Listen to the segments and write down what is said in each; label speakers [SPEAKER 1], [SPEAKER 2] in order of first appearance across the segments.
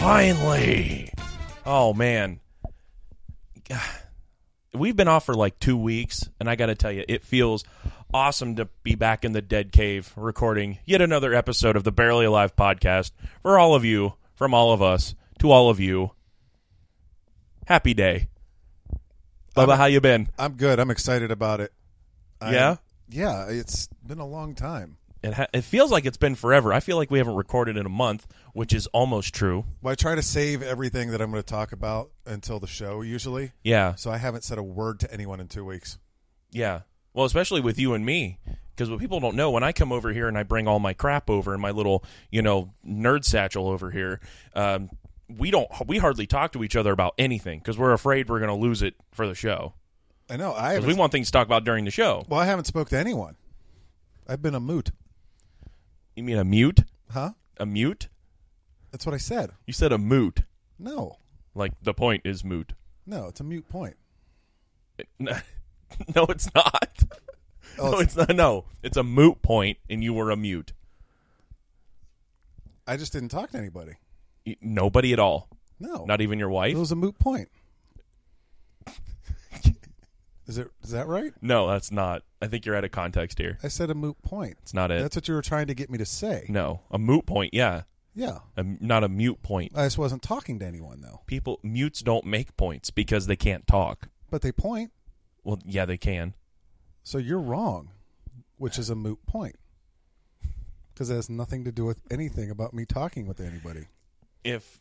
[SPEAKER 1] Finally. Oh man. God. We've been off for like 2 weeks and I got to tell you it feels awesome to be back in the dead cave recording yet another episode of the Barely Alive podcast for all of you from all of us to all of you. Happy day. Bubba, how you been?
[SPEAKER 2] I'm good. I'm excited about it. I-
[SPEAKER 1] Yeah?
[SPEAKER 2] Yeah, it's been a long time.
[SPEAKER 1] It ha- it feels like it's been forever. I feel like we haven't recorded in a month, which is almost true.
[SPEAKER 2] Well, I try to save everything that I'm going to talk about until the show usually.
[SPEAKER 1] Yeah.
[SPEAKER 2] So I haven't said a word to anyone in 2 weeks.
[SPEAKER 1] Yeah. Well, especially with you and me, because what people don't know when I come over here and I bring all my crap over in my little, you know, nerd satchel over here, um, we don't we hardly talk to each other about anything because we're afraid we're going to lose it for the show
[SPEAKER 2] I know. I
[SPEAKER 1] 'Cause
[SPEAKER 2] haven't
[SPEAKER 1] we want things to talk about during the show.
[SPEAKER 2] Well, I haven't spoke to anyone. I've been a moot.
[SPEAKER 1] You mean a mute?
[SPEAKER 2] Huh?
[SPEAKER 1] A mute?
[SPEAKER 2] That's what I said.
[SPEAKER 1] You said a moot.
[SPEAKER 2] No.
[SPEAKER 1] Like the point is moot.
[SPEAKER 2] No, it's a mute point.
[SPEAKER 1] no, it's not.
[SPEAKER 2] Oh,
[SPEAKER 1] no,
[SPEAKER 2] it's-
[SPEAKER 1] it's not. No, it's a moot point, and you were a mute.
[SPEAKER 2] I just didn't talk to anybody.
[SPEAKER 1] Y- Nobody at all.
[SPEAKER 2] No.
[SPEAKER 1] Not even your
[SPEAKER 2] it
[SPEAKER 1] wife.
[SPEAKER 2] was a moot point. is it is that right?
[SPEAKER 1] No, that's not. I think you're out of context here.
[SPEAKER 2] I said a moot point.
[SPEAKER 1] It's not it.
[SPEAKER 2] That's what you were trying to get me to say.
[SPEAKER 1] no, a moot point. Yeah,
[SPEAKER 2] Yeah.
[SPEAKER 1] a, not a mute point.
[SPEAKER 2] I just wasn't talking to anyone though.
[SPEAKER 1] People mutes don't make points because they can't talk.
[SPEAKER 2] But they point,
[SPEAKER 1] Well, yeah, they can.
[SPEAKER 2] so you're wrong, which is a moot point. Because it has nothing to do with anything about me talking with anybody
[SPEAKER 1] If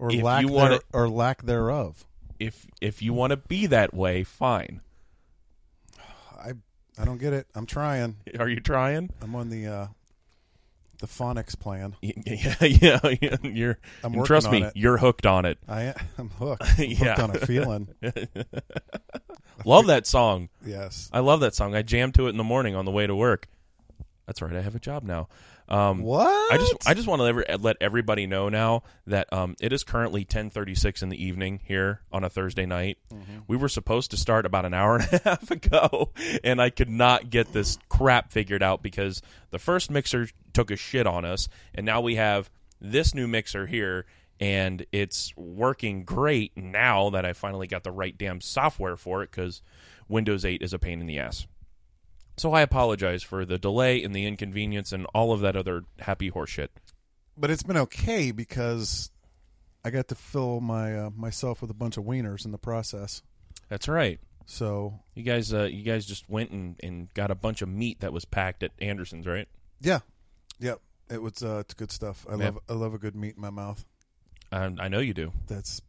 [SPEAKER 2] or
[SPEAKER 1] If
[SPEAKER 2] lack
[SPEAKER 1] you wanna-
[SPEAKER 2] there- or lack thereof.
[SPEAKER 1] if if you want to be that way, fine.
[SPEAKER 2] I I don't get it. I'm trying.
[SPEAKER 1] Are you trying?
[SPEAKER 2] I'm on the uh, the phonics plan.
[SPEAKER 1] Y- Yeah, yeah. yeah you're.
[SPEAKER 2] I'm
[SPEAKER 1] and
[SPEAKER 2] working
[SPEAKER 1] trust
[SPEAKER 2] on
[SPEAKER 1] me,
[SPEAKER 2] it.
[SPEAKER 1] you're hooked on it.
[SPEAKER 2] I I'm hooked. I'm hooked
[SPEAKER 1] Yeah.
[SPEAKER 2] on a feeling.
[SPEAKER 1] Love that song.
[SPEAKER 2] Yes.
[SPEAKER 1] I love that song. I jammed to it in the morning on the way to work. That's right. I have a job now. Um,
[SPEAKER 2] What?
[SPEAKER 1] I just I just want to let, let everybody know now that um, it is currently 10:36 in the evening here on a Thursday night. We were supposed to start about an hour and a half ago, and I could not get this crap figured out because the first mixer took a shit on us, and now we have this new mixer here. And it's working great now that I finally got the right damn software for it because Windows 8 is a pain in the ass. So I apologize for the delay and the inconvenience and all of that other happy horseshit.
[SPEAKER 2] but it's been okay because I got to fill my uh, myself with a bunch of wieners in the process.
[SPEAKER 1] That's right.
[SPEAKER 2] So
[SPEAKER 1] You guys, uh, you guys just went and, and got a bunch of meat that was packed at Anderson's, right?
[SPEAKER 2] Yeah, yep. It was uh, it's good stuff. I
[SPEAKER 1] Yeah.
[SPEAKER 2] love I love a good meat in my mouth.
[SPEAKER 1] I, Um, I know you do.
[SPEAKER 2] That's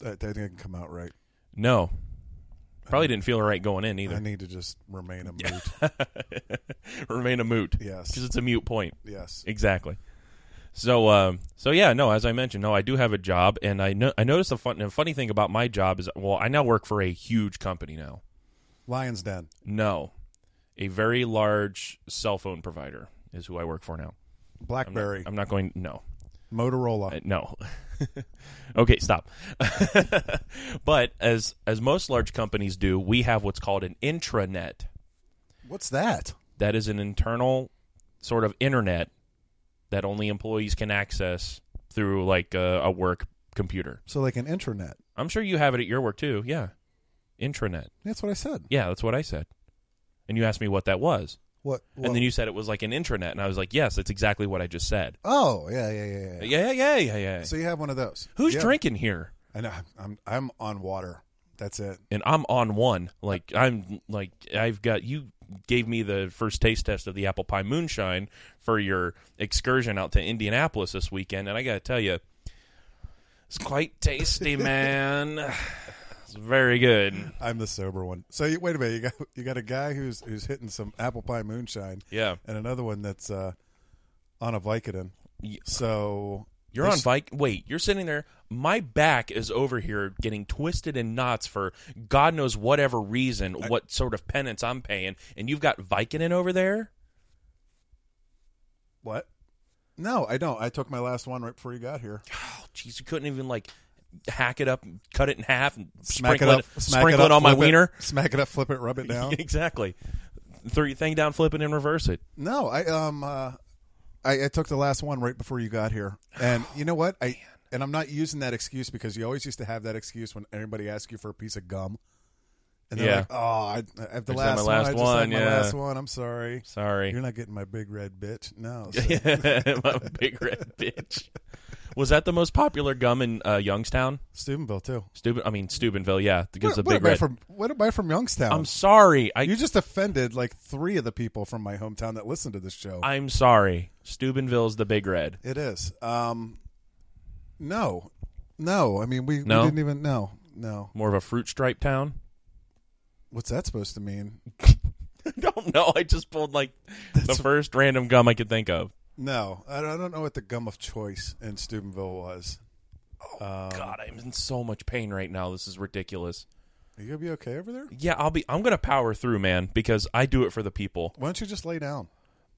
[SPEAKER 2] that, that didn't come out right.
[SPEAKER 1] No, probably didn't feel right going in
[SPEAKER 2] I
[SPEAKER 1] either.
[SPEAKER 2] need to just remain a moot.
[SPEAKER 1] Remain a moot because
[SPEAKER 2] yes,
[SPEAKER 1] it's a mute point.
[SPEAKER 2] yes.
[SPEAKER 1] Exactly. So, um, so yeah, no. As I mentioned, no, I do have a job, and I know I noticed a fun, a funny thing about my job is, well, I now work for a huge company now.
[SPEAKER 2] Lion's Den.
[SPEAKER 1] No, a very large cell phone provider is who I work for now. I'm not-
[SPEAKER 2] BlackBerry,
[SPEAKER 1] I'm not going. No,
[SPEAKER 2] Motorola.
[SPEAKER 1] Uh, no. okay, stop. but as as most large companies do, we have what's called an intranet.
[SPEAKER 2] What's that?
[SPEAKER 1] That is an internal sort of internet that only employees can access through like a, a work computer.
[SPEAKER 2] So like an intranet.
[SPEAKER 1] I'm sure you have it at your work too. Yeah. Intranet.
[SPEAKER 2] That's what I said.
[SPEAKER 1] Yeah, that's what I said. And you asked me what that was.
[SPEAKER 2] What? what-
[SPEAKER 1] And then you said it was like an intranet and I was like, "Yes, that's exactly what I just said."
[SPEAKER 2] Oh yeah, yeah, yeah, yeah.
[SPEAKER 1] Yeah, yeah, yeah, yeah, yeah.
[SPEAKER 2] So you have one of those.
[SPEAKER 1] Who's
[SPEAKER 2] Yeah.
[SPEAKER 1] drinking here?
[SPEAKER 2] I know. I'm I'm on water. That's it.
[SPEAKER 1] and I'm on one. Like I'm like I've got you gave me the first taste test of the apple pie moonshine for your excursion out to Indianapolis this weekend, and I gotta tell you, it's quite tasty, man. It's very good.
[SPEAKER 2] I'm the sober one. So you, wait a minute. You got you got a guy who's who's hitting some apple pie moonshine.
[SPEAKER 1] Yeah,
[SPEAKER 2] and another one that's uh, on a Vicodin.
[SPEAKER 1] Y-
[SPEAKER 2] So
[SPEAKER 1] you're
[SPEAKER 2] They
[SPEAKER 1] on
[SPEAKER 2] sh-
[SPEAKER 1] bike. Wait, you're sitting there. My back is over here getting twisted in knots for God knows whatever reason, what sort of penance I'm paying, and you've got Vicodin over there.
[SPEAKER 2] what? No, I don't. I took my last one right before you got here.
[SPEAKER 1] Oh, jeez, you couldn't even like hack it up, and cut it in half, and
[SPEAKER 2] Smack
[SPEAKER 1] sprinkle it,
[SPEAKER 2] it up, smack
[SPEAKER 1] sprinkle
[SPEAKER 2] it,
[SPEAKER 1] it,
[SPEAKER 2] up,
[SPEAKER 1] on my
[SPEAKER 2] flip it-
[SPEAKER 1] wiener.
[SPEAKER 2] Smack it up, flip it, rub it down.
[SPEAKER 1] exactly. Throw your thing down, flip it, and reverse it.
[SPEAKER 2] no, I um, uh, I, I took the last one right before you got here, and you know what? I and I'm not using that excuse because you always used to have that excuse when anybody asks you for a piece of gum. And they're
[SPEAKER 1] Yeah.
[SPEAKER 2] like, oh, I, I have the
[SPEAKER 1] Just had
[SPEAKER 2] last,
[SPEAKER 1] my
[SPEAKER 2] one. I
[SPEAKER 1] last
[SPEAKER 2] just
[SPEAKER 1] one,
[SPEAKER 2] had my
[SPEAKER 1] yeah.
[SPEAKER 2] last one. I'm sorry.
[SPEAKER 1] Sorry.
[SPEAKER 2] You're not getting my big red bitch. No. So-
[SPEAKER 1] My big red bitch. Was that the most popular gum in uh, Youngstown?
[SPEAKER 2] Steubenville, too.
[SPEAKER 1] Steuben, I mean Steubenville, yeah, because
[SPEAKER 2] What,
[SPEAKER 1] the
[SPEAKER 2] what
[SPEAKER 1] big
[SPEAKER 2] am I
[SPEAKER 1] red.
[SPEAKER 2] from, what am I from Youngstown?
[SPEAKER 1] I'm sorry. I
[SPEAKER 2] you just offended like three of the people from my hometown that listen to this show.
[SPEAKER 1] I'm sorry. Steubenville's the big red.
[SPEAKER 2] It is. Um, no, no. I mean, we,
[SPEAKER 1] No?
[SPEAKER 2] we didn't even know. No,
[SPEAKER 1] More of a fruit stripe town.
[SPEAKER 2] what's that supposed to mean?
[SPEAKER 1] I don't know. I just pulled like the first random gum I could think of.
[SPEAKER 2] No, I don't, I don't know what the gum of choice in Steubenville was. Um,
[SPEAKER 1] God, I'm in so much pain right now. This is ridiculous.
[SPEAKER 2] Are you gonna be okay over there?
[SPEAKER 1] Yeah, I'll be. I'm gonna power through, man, because I do it for the people.
[SPEAKER 2] Why don't you just lay down?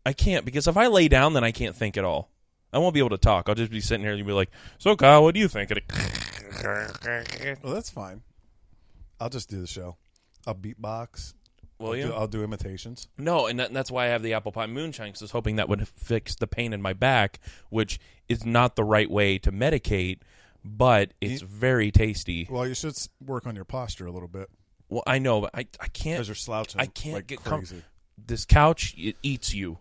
[SPEAKER 1] I can't because if I lay down, then I can't think at all. I won't be able to talk. I'll just be sitting here and you'll be like, "So, Kyle, what do you think?" And it-
[SPEAKER 2] Well, that's fine. I'll just do the show. I'll beatbox.
[SPEAKER 1] Will
[SPEAKER 2] I'll do,
[SPEAKER 1] you?
[SPEAKER 2] I'll do imitations.
[SPEAKER 1] No, and, that, and that's why I have the apple pie moonshine because I was hoping that would fix the pain in my back, which is not the right way to medicate, but it's very tasty.
[SPEAKER 2] Well, you should s- work on your posture a little bit
[SPEAKER 1] Well, I know, but I I
[SPEAKER 2] because
[SPEAKER 1] can't.
[SPEAKER 2] you're slouching.
[SPEAKER 1] I can't
[SPEAKER 2] like
[SPEAKER 1] get com-
[SPEAKER 2] crazy.
[SPEAKER 1] This couch it eats you,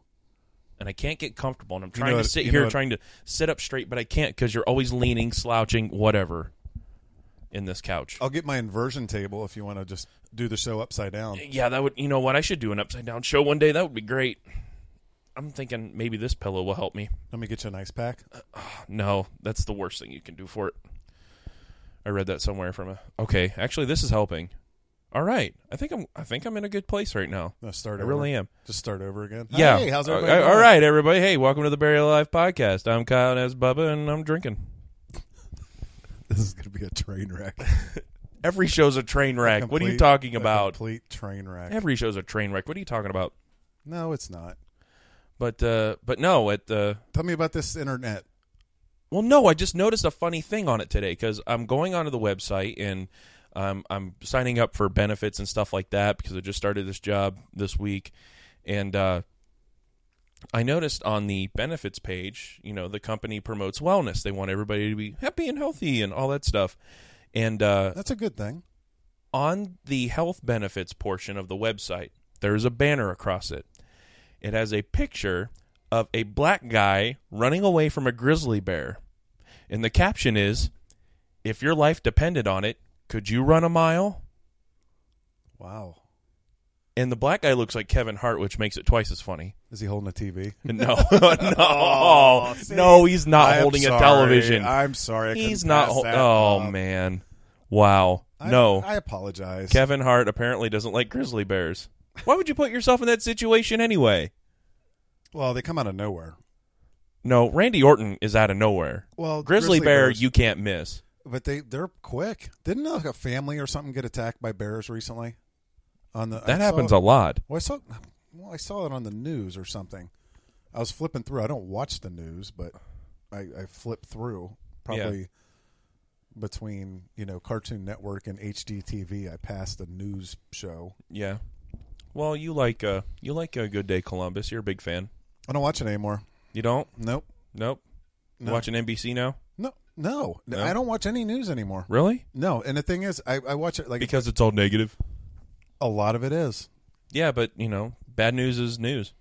[SPEAKER 1] and I can't get comfortable. And I'm trying to
[SPEAKER 2] know what-
[SPEAKER 1] sit
[SPEAKER 2] you know
[SPEAKER 1] here,
[SPEAKER 2] what-
[SPEAKER 1] trying to sit up straight, but I can't because you're always leaning, slouching, whatever, in this couch.
[SPEAKER 2] I'll get my inversion table if you want to just do the show upside down.
[SPEAKER 1] Yeah, that would. You know what? I should do an upside down show one day. That would be great. I'm thinking maybe this pillow will help me.
[SPEAKER 2] Let me get you an ice pack.
[SPEAKER 1] No, that's the worst thing you can do for it. I read that somewhere from a. Okay, actually, this is helping. All right, I think I'm. I think I'm in a good place right now.
[SPEAKER 2] No, start.
[SPEAKER 1] I
[SPEAKER 2] over.
[SPEAKER 1] really am.
[SPEAKER 2] Just start over again.
[SPEAKER 1] yeah.
[SPEAKER 2] Hey, how's
[SPEAKER 1] Uh,
[SPEAKER 2] everybody?
[SPEAKER 1] All
[SPEAKER 2] doing?
[SPEAKER 1] right, everybody. Hey, welcome to the Burial Alive podcast. I'm Kyle and that's Bubba, and I'm drinking.
[SPEAKER 2] This is gonna be a train wreck.
[SPEAKER 1] Every show's a train wreck. what are you
[SPEAKER 2] Complete-
[SPEAKER 1] talking
[SPEAKER 2] a
[SPEAKER 1] about?
[SPEAKER 2] Complete train wreck.
[SPEAKER 1] Every show's a train wreck. What are you talking about?
[SPEAKER 2] No, it's not.
[SPEAKER 1] But uh, but no, at the
[SPEAKER 2] Tell me about this internet.
[SPEAKER 1] Well, no, I just noticed a funny thing on it today because I'm going onto the website and um, I'm signing up for benefits and stuff like that because I just started this job this week, and uh, I noticed on the benefits page, you know, the company promotes wellness. They want everybody to be happy and healthy and all that stuff. And uh,
[SPEAKER 2] That's a good thing.
[SPEAKER 1] on the health benefits portion of the website, there is a banner across it. It has a picture of a black guy running away from a grizzly bear. And the caption is If your life depended on it, could you run a mile?
[SPEAKER 2] Wow.
[SPEAKER 1] And the black guy looks like Kevin Hart, which makes it twice as funny.
[SPEAKER 2] Is he holding a TV?
[SPEAKER 1] No, no, Oh, no, he's not
[SPEAKER 2] I am
[SPEAKER 1] holding a
[SPEAKER 2] Oh, sorry.
[SPEAKER 1] television.
[SPEAKER 2] I'm sorry. I couldn't
[SPEAKER 1] he's not.
[SPEAKER 2] pass
[SPEAKER 1] hol-
[SPEAKER 2] that
[SPEAKER 1] oh,
[SPEAKER 2] up.
[SPEAKER 1] man. Wow.
[SPEAKER 2] I-
[SPEAKER 1] no.
[SPEAKER 2] I apologize.
[SPEAKER 1] Kevin Hart apparently doesn't like grizzly bears. Why would you put yourself in that situation anyway?
[SPEAKER 2] well, they come out of nowhere.
[SPEAKER 1] No, Randy Orton is out of nowhere.
[SPEAKER 2] Well,
[SPEAKER 1] Grizzly, bear,
[SPEAKER 2] bears-
[SPEAKER 1] you can't miss.
[SPEAKER 2] but they they're quick. Didn't like a family or something get attacked by bears recently? On the I
[SPEAKER 1] That
[SPEAKER 2] saw-
[SPEAKER 1] happens a lot.
[SPEAKER 2] Well, I saw. Well, I saw it on the news or something. I was flipping through. I don't watch the news, but I, I flip through probably between you know Cartoon Network and HDTV. I passed a news show.
[SPEAKER 1] Yeah. Well, you like uh you like uh, Good Day Columbus. You're a big fan.
[SPEAKER 2] I don't watch it anymore.
[SPEAKER 1] You don't?
[SPEAKER 2] Nope.
[SPEAKER 1] Nope. You
[SPEAKER 2] No.
[SPEAKER 1] watching NBC now?
[SPEAKER 2] No, no,
[SPEAKER 1] No?
[SPEAKER 2] I don't watch any news anymore.
[SPEAKER 1] Really?
[SPEAKER 2] No, and the thing is, I, I watch it like
[SPEAKER 1] Because it's all negative.
[SPEAKER 2] a lot of it is.
[SPEAKER 1] Yeah, but you know, bad news is news.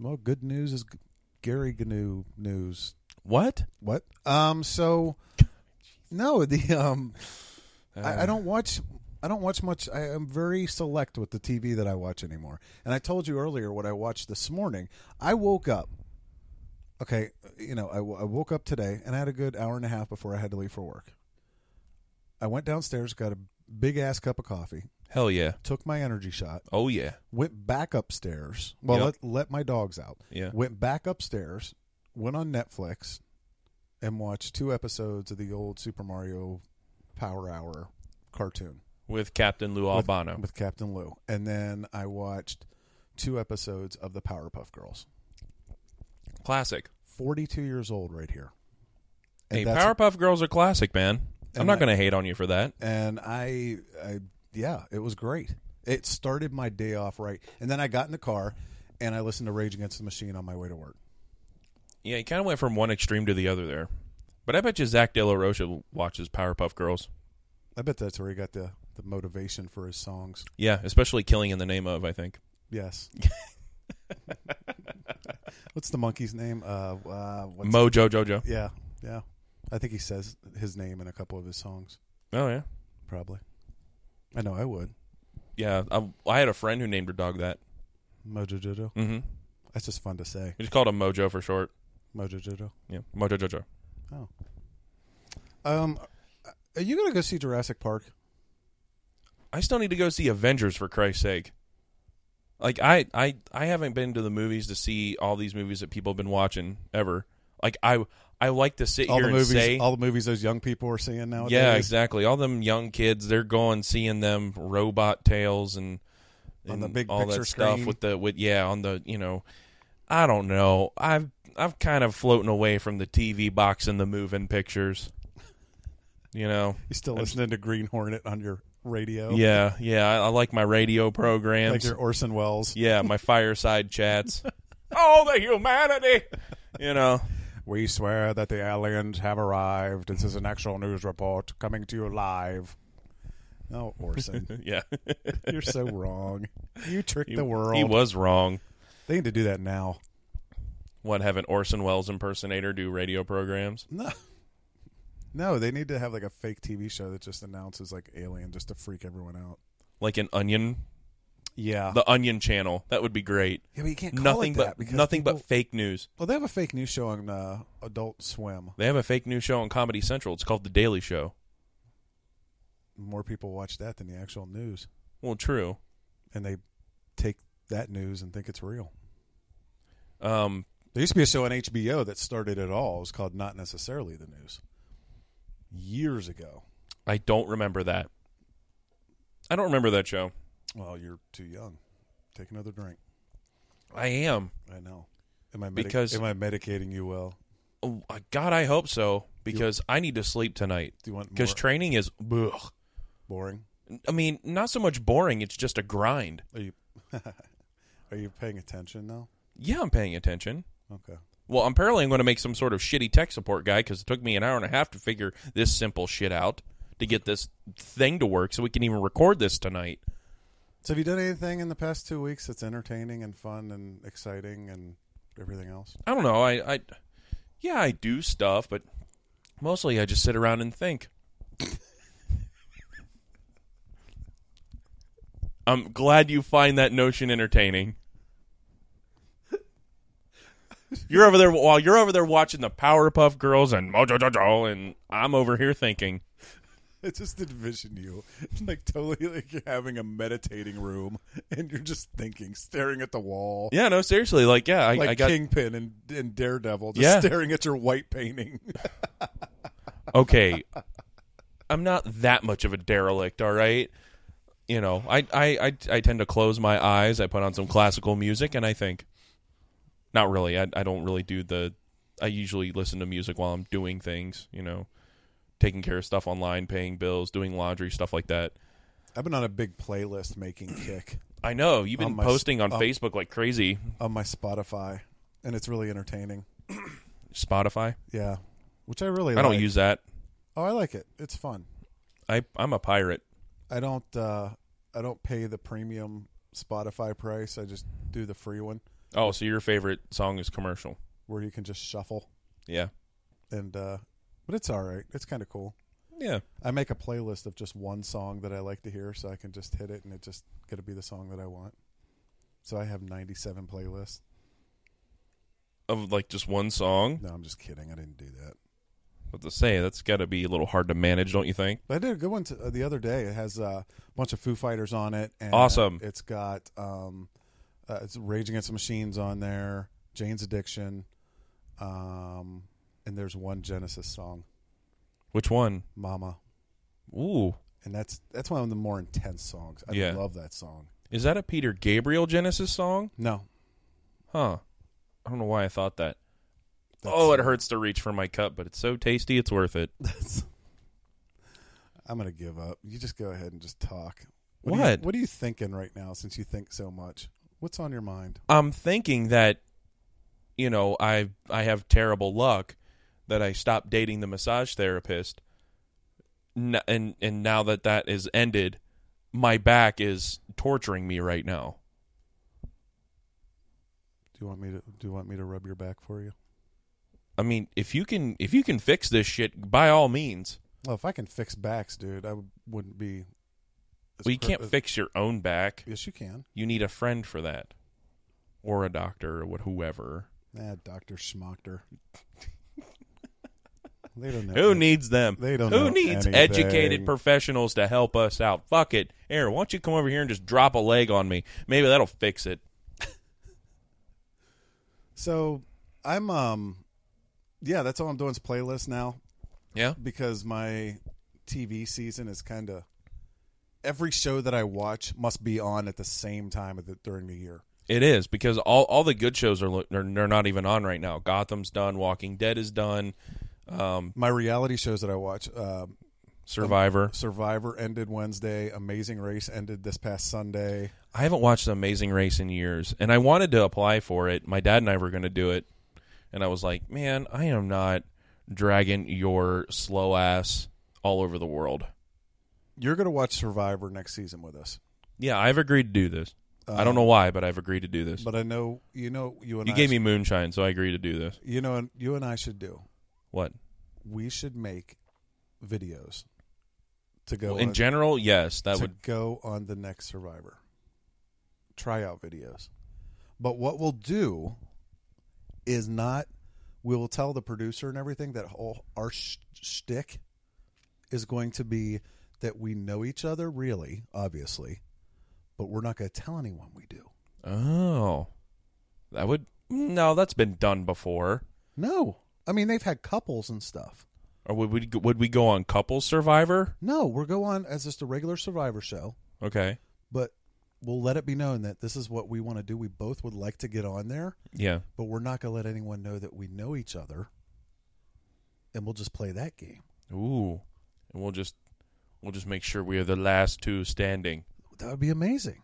[SPEAKER 2] Well, good news is g- Gary Gnu news.
[SPEAKER 1] What?
[SPEAKER 2] What? Um. So, no. The um. I, I don't watch. I don't watch much. I am very select with the TV that I watch anymore. And I told you earlier what I watched this morning. I woke up. Okay, you know, I, w- I woke up today and I had a good hour and a half before I had to leave for work. I went downstairs, got a big ass cup of coffee,
[SPEAKER 1] Hell yeah.
[SPEAKER 2] took my energy shot,
[SPEAKER 1] Oh yeah.
[SPEAKER 2] went back upstairs. Well,
[SPEAKER 1] Yep.
[SPEAKER 2] let, let my dogs out.
[SPEAKER 1] Yeah.
[SPEAKER 2] Went back upstairs, went on Netflix, and watched two episodes of the old Super Mario Power Hour cartoon
[SPEAKER 1] With Captain Lou Albano.
[SPEAKER 2] with Captain Lou. And then I watched two episodes of the Powerpuff Girls.
[SPEAKER 1] Classic.
[SPEAKER 2] 42 years old right here. And
[SPEAKER 1] Hey,
[SPEAKER 2] that's-
[SPEAKER 1] Powerpuff Girls are classic, man. I'm
[SPEAKER 2] And
[SPEAKER 1] not
[SPEAKER 2] I-
[SPEAKER 1] going to hate on you for that.
[SPEAKER 2] and I, I yeah, it was great. It started my day off right. And then I got in the car and I listened to Rage Against the Machine on my way to work.
[SPEAKER 1] Yeah, he kind of went from one extreme to the other there. But I bet you Zach De La Rocha watches Powerpuff Girls.
[SPEAKER 2] I bet that's where he got the the motivation for his songs.
[SPEAKER 1] Yeah, especially Killing in the Name of, I think.
[SPEAKER 2] Yes. what's the monkey's name? Uh, uh what's
[SPEAKER 1] Mojo Jojo.
[SPEAKER 2] Yeah, yeah. I think he says his name in a couple of his songs.
[SPEAKER 1] Oh, yeah.
[SPEAKER 2] Probably. I know I would.
[SPEAKER 1] Yeah, I, I had a friend who named her dog that.
[SPEAKER 2] Mojo Jojo.
[SPEAKER 1] Mm-hmm.
[SPEAKER 2] That's just fun to say.
[SPEAKER 1] We just called him Mojo for short.
[SPEAKER 2] Mojo Jojo.
[SPEAKER 1] Yeah, Mojo Jojo.
[SPEAKER 2] Um, are you gonna go see Jurassic Park?
[SPEAKER 1] I still need to go see Avengers for Christ's sake. Like I, I, I haven't been to the movies to see all these movies that people have been watching ever. Like I, I like to sit
[SPEAKER 2] All
[SPEAKER 1] here
[SPEAKER 2] the movies,
[SPEAKER 1] and say,
[SPEAKER 2] all the movies those young people are seeing nowadays.
[SPEAKER 1] yeah, exactly. All them young kids, they're going seeing them robot tails and,
[SPEAKER 2] On
[SPEAKER 1] and
[SPEAKER 2] the big
[SPEAKER 1] all
[SPEAKER 2] picture
[SPEAKER 1] that stuff
[SPEAKER 2] screen.
[SPEAKER 1] with the with yeah on the you know, I don't know. I've I've kind of floating away from the TV box and the moving pictures. You know,
[SPEAKER 2] You still listening to Green Hornet on your radio?
[SPEAKER 1] yeah, yeah. I, I like my radio programs.
[SPEAKER 2] like your Orson Welles.
[SPEAKER 1] Yeah, my fireside chats. oh, the humanity. You know.
[SPEAKER 2] We swear that the aliens have arrived. This is an actual news report coming to you live. Oh, Orson,
[SPEAKER 1] Yeah.
[SPEAKER 2] you're so wrong. You tricked the
[SPEAKER 1] He
[SPEAKER 2] world.
[SPEAKER 1] was wrong.
[SPEAKER 2] they need to do that now.
[SPEAKER 1] What have an Orson Welles impersonator do radio programs?
[SPEAKER 2] No. No, they need to have like a fake TV show that just announces like alien just to freak everyone out.
[SPEAKER 1] Like an onion
[SPEAKER 2] Yeah.
[SPEAKER 1] the onion channel. That would be great.
[SPEAKER 2] yeah, but you can't call
[SPEAKER 1] Nothing
[SPEAKER 2] it that
[SPEAKER 1] but
[SPEAKER 2] because
[SPEAKER 1] nothing
[SPEAKER 2] people-
[SPEAKER 1] but fake news.
[SPEAKER 2] Well, they have a fake news show on uh, Adult Swim.
[SPEAKER 1] They have a fake news show on Comedy Central. It's called The Daily Show.
[SPEAKER 2] More people watch that than the actual news,
[SPEAKER 1] Well, true.
[SPEAKER 2] and they take that news and think it's real.
[SPEAKER 1] Um
[SPEAKER 2] There used to be a show on HBO that started it all. It was called Not Necessarily the News. Years ago.
[SPEAKER 1] I don't remember that. I don't remember that show.
[SPEAKER 2] Well, you're too young. Take another drink.
[SPEAKER 1] I am.
[SPEAKER 2] I know. Am I medic-
[SPEAKER 1] Because-
[SPEAKER 2] am I medicating you well?
[SPEAKER 1] Oh, God, I hope so because I need to sleep tonight.
[SPEAKER 2] Do you want more
[SPEAKER 1] Because training is ugh.
[SPEAKER 2] boring?
[SPEAKER 1] I mean, not so much boring, it's just a grind.
[SPEAKER 2] Are you Are you paying attention now?
[SPEAKER 1] Yeah, I'm paying attention.
[SPEAKER 2] Okay.
[SPEAKER 1] Well, I'm apparently I'm going to make some sort of shitty tech support guy because it took me an hour and a half to figure this simple shit out to get this thing to work so we can even record this tonight.
[SPEAKER 2] So have you done anything in the past two weeks that's entertaining and fun and exciting and everything else?
[SPEAKER 1] I don't know. I, I yeah, I do stuff, but mostly I just sit around and think. I'm glad you find that notion entertaining. You're over there while you're over there watching the Powerpuff Girls and Mojo Jojo, and I'm over here thinking.
[SPEAKER 2] I just envision you like totally like you're having a meditating room and you're just thinking, staring at the wall.
[SPEAKER 1] Yeah, no, seriously, like yeah, I,
[SPEAKER 2] like
[SPEAKER 1] I got
[SPEAKER 2] Kingpin and, and Daredevil, just
[SPEAKER 1] Yeah.
[SPEAKER 2] staring at your white painting.
[SPEAKER 1] okay. I'm not that much of a derelict, all right. You know, I, I I I tend to close my eyes. I put on some classical music, and I think. Not really. I I don't really do the. I usually listen to music while I'm doing things. You know, taking care of stuff online, paying bills, doing laundry, stuff like that.
[SPEAKER 2] I've been on a big playlist making kick
[SPEAKER 1] I know you've been
[SPEAKER 2] On my s- um,
[SPEAKER 1] posting on
[SPEAKER 2] on-
[SPEAKER 1] Facebook like crazy.
[SPEAKER 2] on my Spotify, and it's really entertaining.
[SPEAKER 1] Spotify.
[SPEAKER 2] Yeah, which I really
[SPEAKER 1] I don't
[SPEAKER 2] like.
[SPEAKER 1] use that.
[SPEAKER 2] Oh, I like it. It's fun.
[SPEAKER 1] I I'm a pirate.
[SPEAKER 2] I don't. uh I don't pay the premium Spotify price. I just do the free one
[SPEAKER 1] Oh, so your favorite song is commercial?
[SPEAKER 2] where you can just shuffle
[SPEAKER 1] Yeah.
[SPEAKER 2] and. uh But it's all right. It's kind of cool.
[SPEAKER 1] Yeah.
[SPEAKER 2] I make a playlist of just one song that I like to hear, so I can just hit it, and it just got to be the song that I want. So I have ninety-seven playlists.
[SPEAKER 1] Of like just one song.
[SPEAKER 2] No, I'm just kidding. I didn't do that.
[SPEAKER 1] But to say that's got to be a little hard to manage, don't you think?
[SPEAKER 2] But I did a good one t uh, the other day. It has uh, a bunch of Foo Fighters on it. And
[SPEAKER 1] Awesome.
[SPEAKER 2] It's got um, uh, it's Rage Against the Machines on there, Jane's Addiction, um, and there's one Genesis song,
[SPEAKER 1] Which one?
[SPEAKER 2] Mama,
[SPEAKER 1] Ooh,
[SPEAKER 2] and that's that's one of the more intense songs. I
[SPEAKER 1] Yeah.
[SPEAKER 2] love that song.
[SPEAKER 1] is that a Peter Gabriel Genesis song?
[SPEAKER 2] No,
[SPEAKER 1] Huh. I don't know why I thought that.
[SPEAKER 2] That's-
[SPEAKER 1] oh, it hurts to reach for my cup, but it's so tasty, it's worth it.
[SPEAKER 2] that's. I'm gonna give up. You just go ahead and just talk. Are you,
[SPEAKER 1] What?
[SPEAKER 2] what are you thinking right now? Since you think so much, what's on your mind?
[SPEAKER 1] I'm thinking that, you know, I I have terrible luck. that I stopped dating the massage therapist, n- and and now that that is ended, my back is torturing me right now.
[SPEAKER 2] Do you want me to do you want me to rub your back for you?
[SPEAKER 1] I mean, if you can if you can fix this shit, by all means.
[SPEAKER 2] Well, if I can fix backs, dude, I w- wouldn't be. as
[SPEAKER 1] Well, you
[SPEAKER 2] cur-
[SPEAKER 1] can't
[SPEAKER 2] as-
[SPEAKER 1] fix your own back.
[SPEAKER 2] Yes, you can.
[SPEAKER 1] You need a friend for that, or a doctor, or what, whoever.
[SPEAKER 2] Nah, Ah, Doctor Schmachter. they don't know.
[SPEAKER 1] Who needs them?
[SPEAKER 2] They don't
[SPEAKER 1] Who
[SPEAKER 2] know
[SPEAKER 1] needs
[SPEAKER 2] anything.
[SPEAKER 1] educated professionals to help us out? Fuck it. Air, why don't you come over here and just drop a leg on me? Maybe that'll fix it.
[SPEAKER 2] So, I'm um, yeah, that's all I'm doing is playlists now
[SPEAKER 1] Yeah.
[SPEAKER 2] because my TV season is kind of every show that I watch must be on at the same time of the, during the year.
[SPEAKER 1] It is because all all the good shows are lo- they're, they're not even on right now. Gotham's done, Walking Dead is done, um,
[SPEAKER 2] My reality shows that I watch, um,
[SPEAKER 1] Survivor.
[SPEAKER 2] Survivor ended Wednesday, Amazing Race ended this past Sunday.
[SPEAKER 1] I haven't watched The Amazing Race in years, and I wanted to apply for it. My dad and I were going to do it, and I was like, "Man, I am not dragging your slow ass all over the world."
[SPEAKER 2] You're gonna watch Survivor next season with us,
[SPEAKER 1] Yeah, I've agreed to do this. I don't know why, but I've agreed to do this.
[SPEAKER 2] Uh, Um, but I know you know you and
[SPEAKER 1] You
[SPEAKER 2] I
[SPEAKER 1] gave me moonshine, so I agreed to do this.
[SPEAKER 2] you know you and I should do.
[SPEAKER 1] What?
[SPEAKER 2] We should make videos to go
[SPEAKER 1] Well, in
[SPEAKER 2] on,
[SPEAKER 1] general, yes, that
[SPEAKER 2] to
[SPEAKER 1] would.
[SPEAKER 2] go on the next Survivor tryout videos. But what we'll do is not we will tell the producer and everything that whole, our sh- shtick is going to be that we know each other really, obviously, but we're not going to tell anyone we do.
[SPEAKER 1] Oh, that would. No, that's been done before.
[SPEAKER 2] No, I mean they've had couples and stuff.
[SPEAKER 1] Or would we would we go on couple survivor?
[SPEAKER 2] No, we're go on as just a regular Survivor show,
[SPEAKER 1] Okay.
[SPEAKER 2] but we'll let it be known that this is what we want to do. We both would like to get on there,
[SPEAKER 1] Yeah.
[SPEAKER 2] but we're not going to let anyone know that we know each other, and we'll just play that game.
[SPEAKER 1] Ooh. And we'll just we'll just make sure we are the last two standing.
[SPEAKER 2] That would be amazing.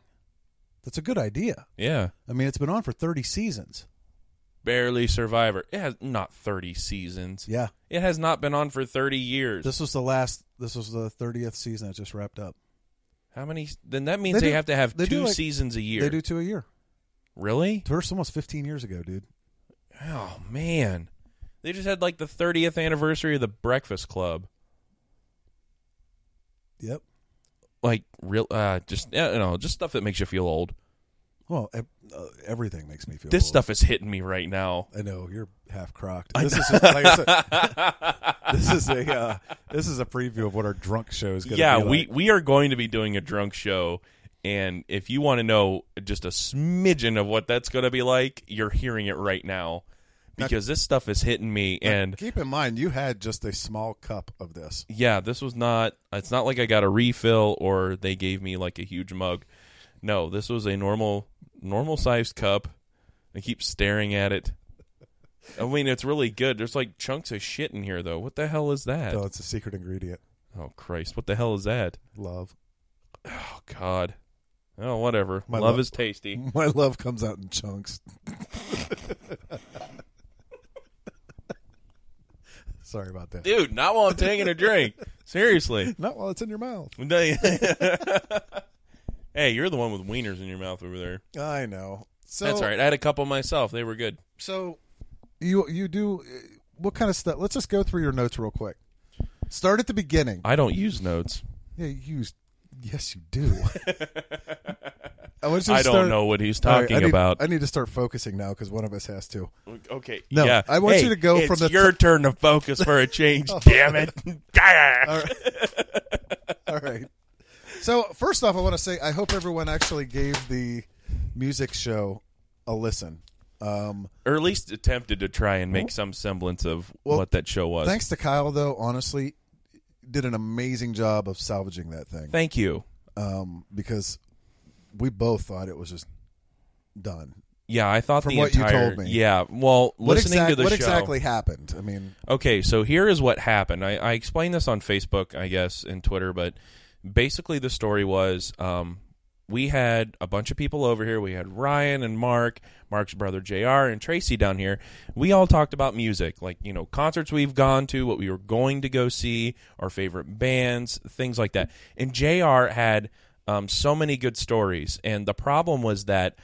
[SPEAKER 2] That's a good idea.
[SPEAKER 1] Yeah.
[SPEAKER 2] I mean, it's been on for thirty seasons.
[SPEAKER 1] Barely survivor. It has not 30 seasons.
[SPEAKER 2] Yeah,
[SPEAKER 1] It has not been on for 30 years.
[SPEAKER 2] this was the last. This was the thirtieth season that just wrapped up.
[SPEAKER 1] How many then that means they,
[SPEAKER 2] They do-
[SPEAKER 1] have to have
[SPEAKER 2] they
[SPEAKER 1] two
[SPEAKER 2] do like-
[SPEAKER 1] seasons a year.
[SPEAKER 2] They do two a year.
[SPEAKER 1] Really?
[SPEAKER 2] First, almost fifteen years ago, dude.
[SPEAKER 1] Oh man. They just had like the 30th anniversary of the Breakfast Club.
[SPEAKER 2] Yep.
[SPEAKER 1] Like real uh just uh, you know, just stuff that makes you feel old.
[SPEAKER 2] Well, ev- uh, everything makes me feel
[SPEAKER 1] This
[SPEAKER 2] old.
[SPEAKER 1] stuff is hitting me right now.
[SPEAKER 2] I know you're half crocked. This is just, like I said, this is a uh, this is a preview of what our drunk show is going to
[SPEAKER 1] yeah
[SPEAKER 2] be.
[SPEAKER 1] we we are going to be doing a drunk show and if you want to know just a smidgen of what that's going to be like you're hearing it right now because this stuff is hitting me
[SPEAKER 2] and
[SPEAKER 1] and
[SPEAKER 2] keep in mind you had just a small cup of this.
[SPEAKER 1] yeah this was not it's not like i got a refill or they gave me like a huge mug no this was a normal normal sized cup i keep staring at it i mean it's really good there's like chunks of shit in here though what the hell is that
[SPEAKER 2] So Oh, it's a secret ingredient,
[SPEAKER 1] oh christ what the hell is that
[SPEAKER 2] love.
[SPEAKER 1] Oh God. Oh, whatever.
[SPEAKER 2] My
[SPEAKER 1] love,
[SPEAKER 2] love.
[SPEAKER 1] is tasty.
[SPEAKER 2] My love comes out in chunks. Sorry about that.
[SPEAKER 1] Dude, not while I'm taking a drink. Seriously.
[SPEAKER 2] Not while it's in your mouth.
[SPEAKER 1] hey, you're the one with wieners in your mouth over there.
[SPEAKER 2] I know. So
[SPEAKER 1] That's all right. I had a couple myself. They were good.
[SPEAKER 2] So you you do uh, what kind of stuff? Let's just go through your notes real quick. Start at the beginning.
[SPEAKER 1] I don't use notes.
[SPEAKER 2] Yeah, you use. Yes, you do. I, was just
[SPEAKER 1] I don't
[SPEAKER 2] start-
[SPEAKER 1] know what he's
[SPEAKER 2] All right,
[SPEAKER 1] talking
[SPEAKER 2] I need-
[SPEAKER 1] about.
[SPEAKER 2] I need to start focusing now because one of us has to.
[SPEAKER 1] okay.
[SPEAKER 2] No,
[SPEAKER 1] yeah.
[SPEAKER 2] I want
[SPEAKER 1] Hey,
[SPEAKER 2] you to go
[SPEAKER 1] it's
[SPEAKER 2] from the Oh.
[SPEAKER 1] your turn to focus for a change. damn it.
[SPEAKER 2] All right. All right. So first off, I want to say I hope everyone actually gave the music show a listen. Um,
[SPEAKER 1] or at least attempted to try and make some semblance of
[SPEAKER 2] Well,
[SPEAKER 1] what that show was.
[SPEAKER 2] thanks to Kyle, though. Honestly, did an amazing job of salvaging that thing
[SPEAKER 1] Thank you.
[SPEAKER 2] um, because we both thought it was just done.
[SPEAKER 1] Yeah, I thought
[SPEAKER 2] From
[SPEAKER 1] the
[SPEAKER 2] what you
[SPEAKER 1] entire.
[SPEAKER 2] told me.
[SPEAKER 1] Yeah. Well, listening
[SPEAKER 2] what exact-
[SPEAKER 1] to the
[SPEAKER 2] what
[SPEAKER 1] show.
[SPEAKER 2] exactly happened? I mean,
[SPEAKER 1] Okay, so here is what happened. I, I explained this on Facebook, I guess, and Twitter, but basically the story was um, we had a bunch of people over here. We had Ryan and Mark, Mark's brother JR, and Tracy down here. We all talked about music, like, you know, concerts we've gone to, what we were going to go see, our favorite bands, things like that. And JR had um, so many good stories. And the problem was that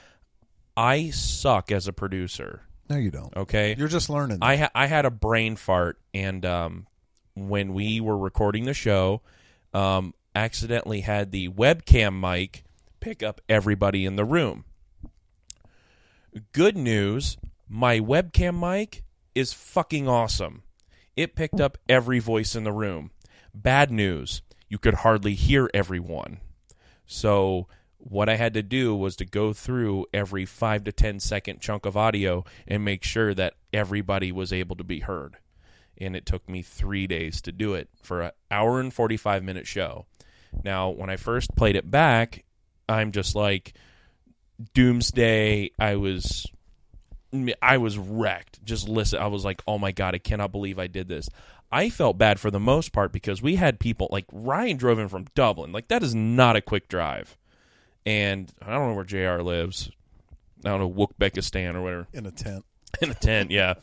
[SPEAKER 1] I suck as a producer.
[SPEAKER 2] No, you don't.
[SPEAKER 1] Okay.
[SPEAKER 2] You're just learning.
[SPEAKER 1] I ha- I had a brain fart, and um, when we were recording the show, um, accidentally had the webcam mic pick up everybody in the room. Good news, my webcam mic is fucking awesome. It picked up every voice in the room. Bad news, you could hardly hear everyone. So what I had to do was to go through every five to ten second chunk of audio and make sure that everybody was able to be heard. And it took me three days to do it for an hour and 45 minute show. Now, when I first played it back, I'm just like, doomsday. I was I was wrecked. Just listen. I was like, oh my God, I cannot believe I did this. I felt bad for the most part because we had people like Ryan drove in from Dublin. Like, that is not a quick drive. And I don't know where JR lives. I don't know, Wookbekistan or whatever.
[SPEAKER 2] in a tent.
[SPEAKER 1] In a tent, yeah.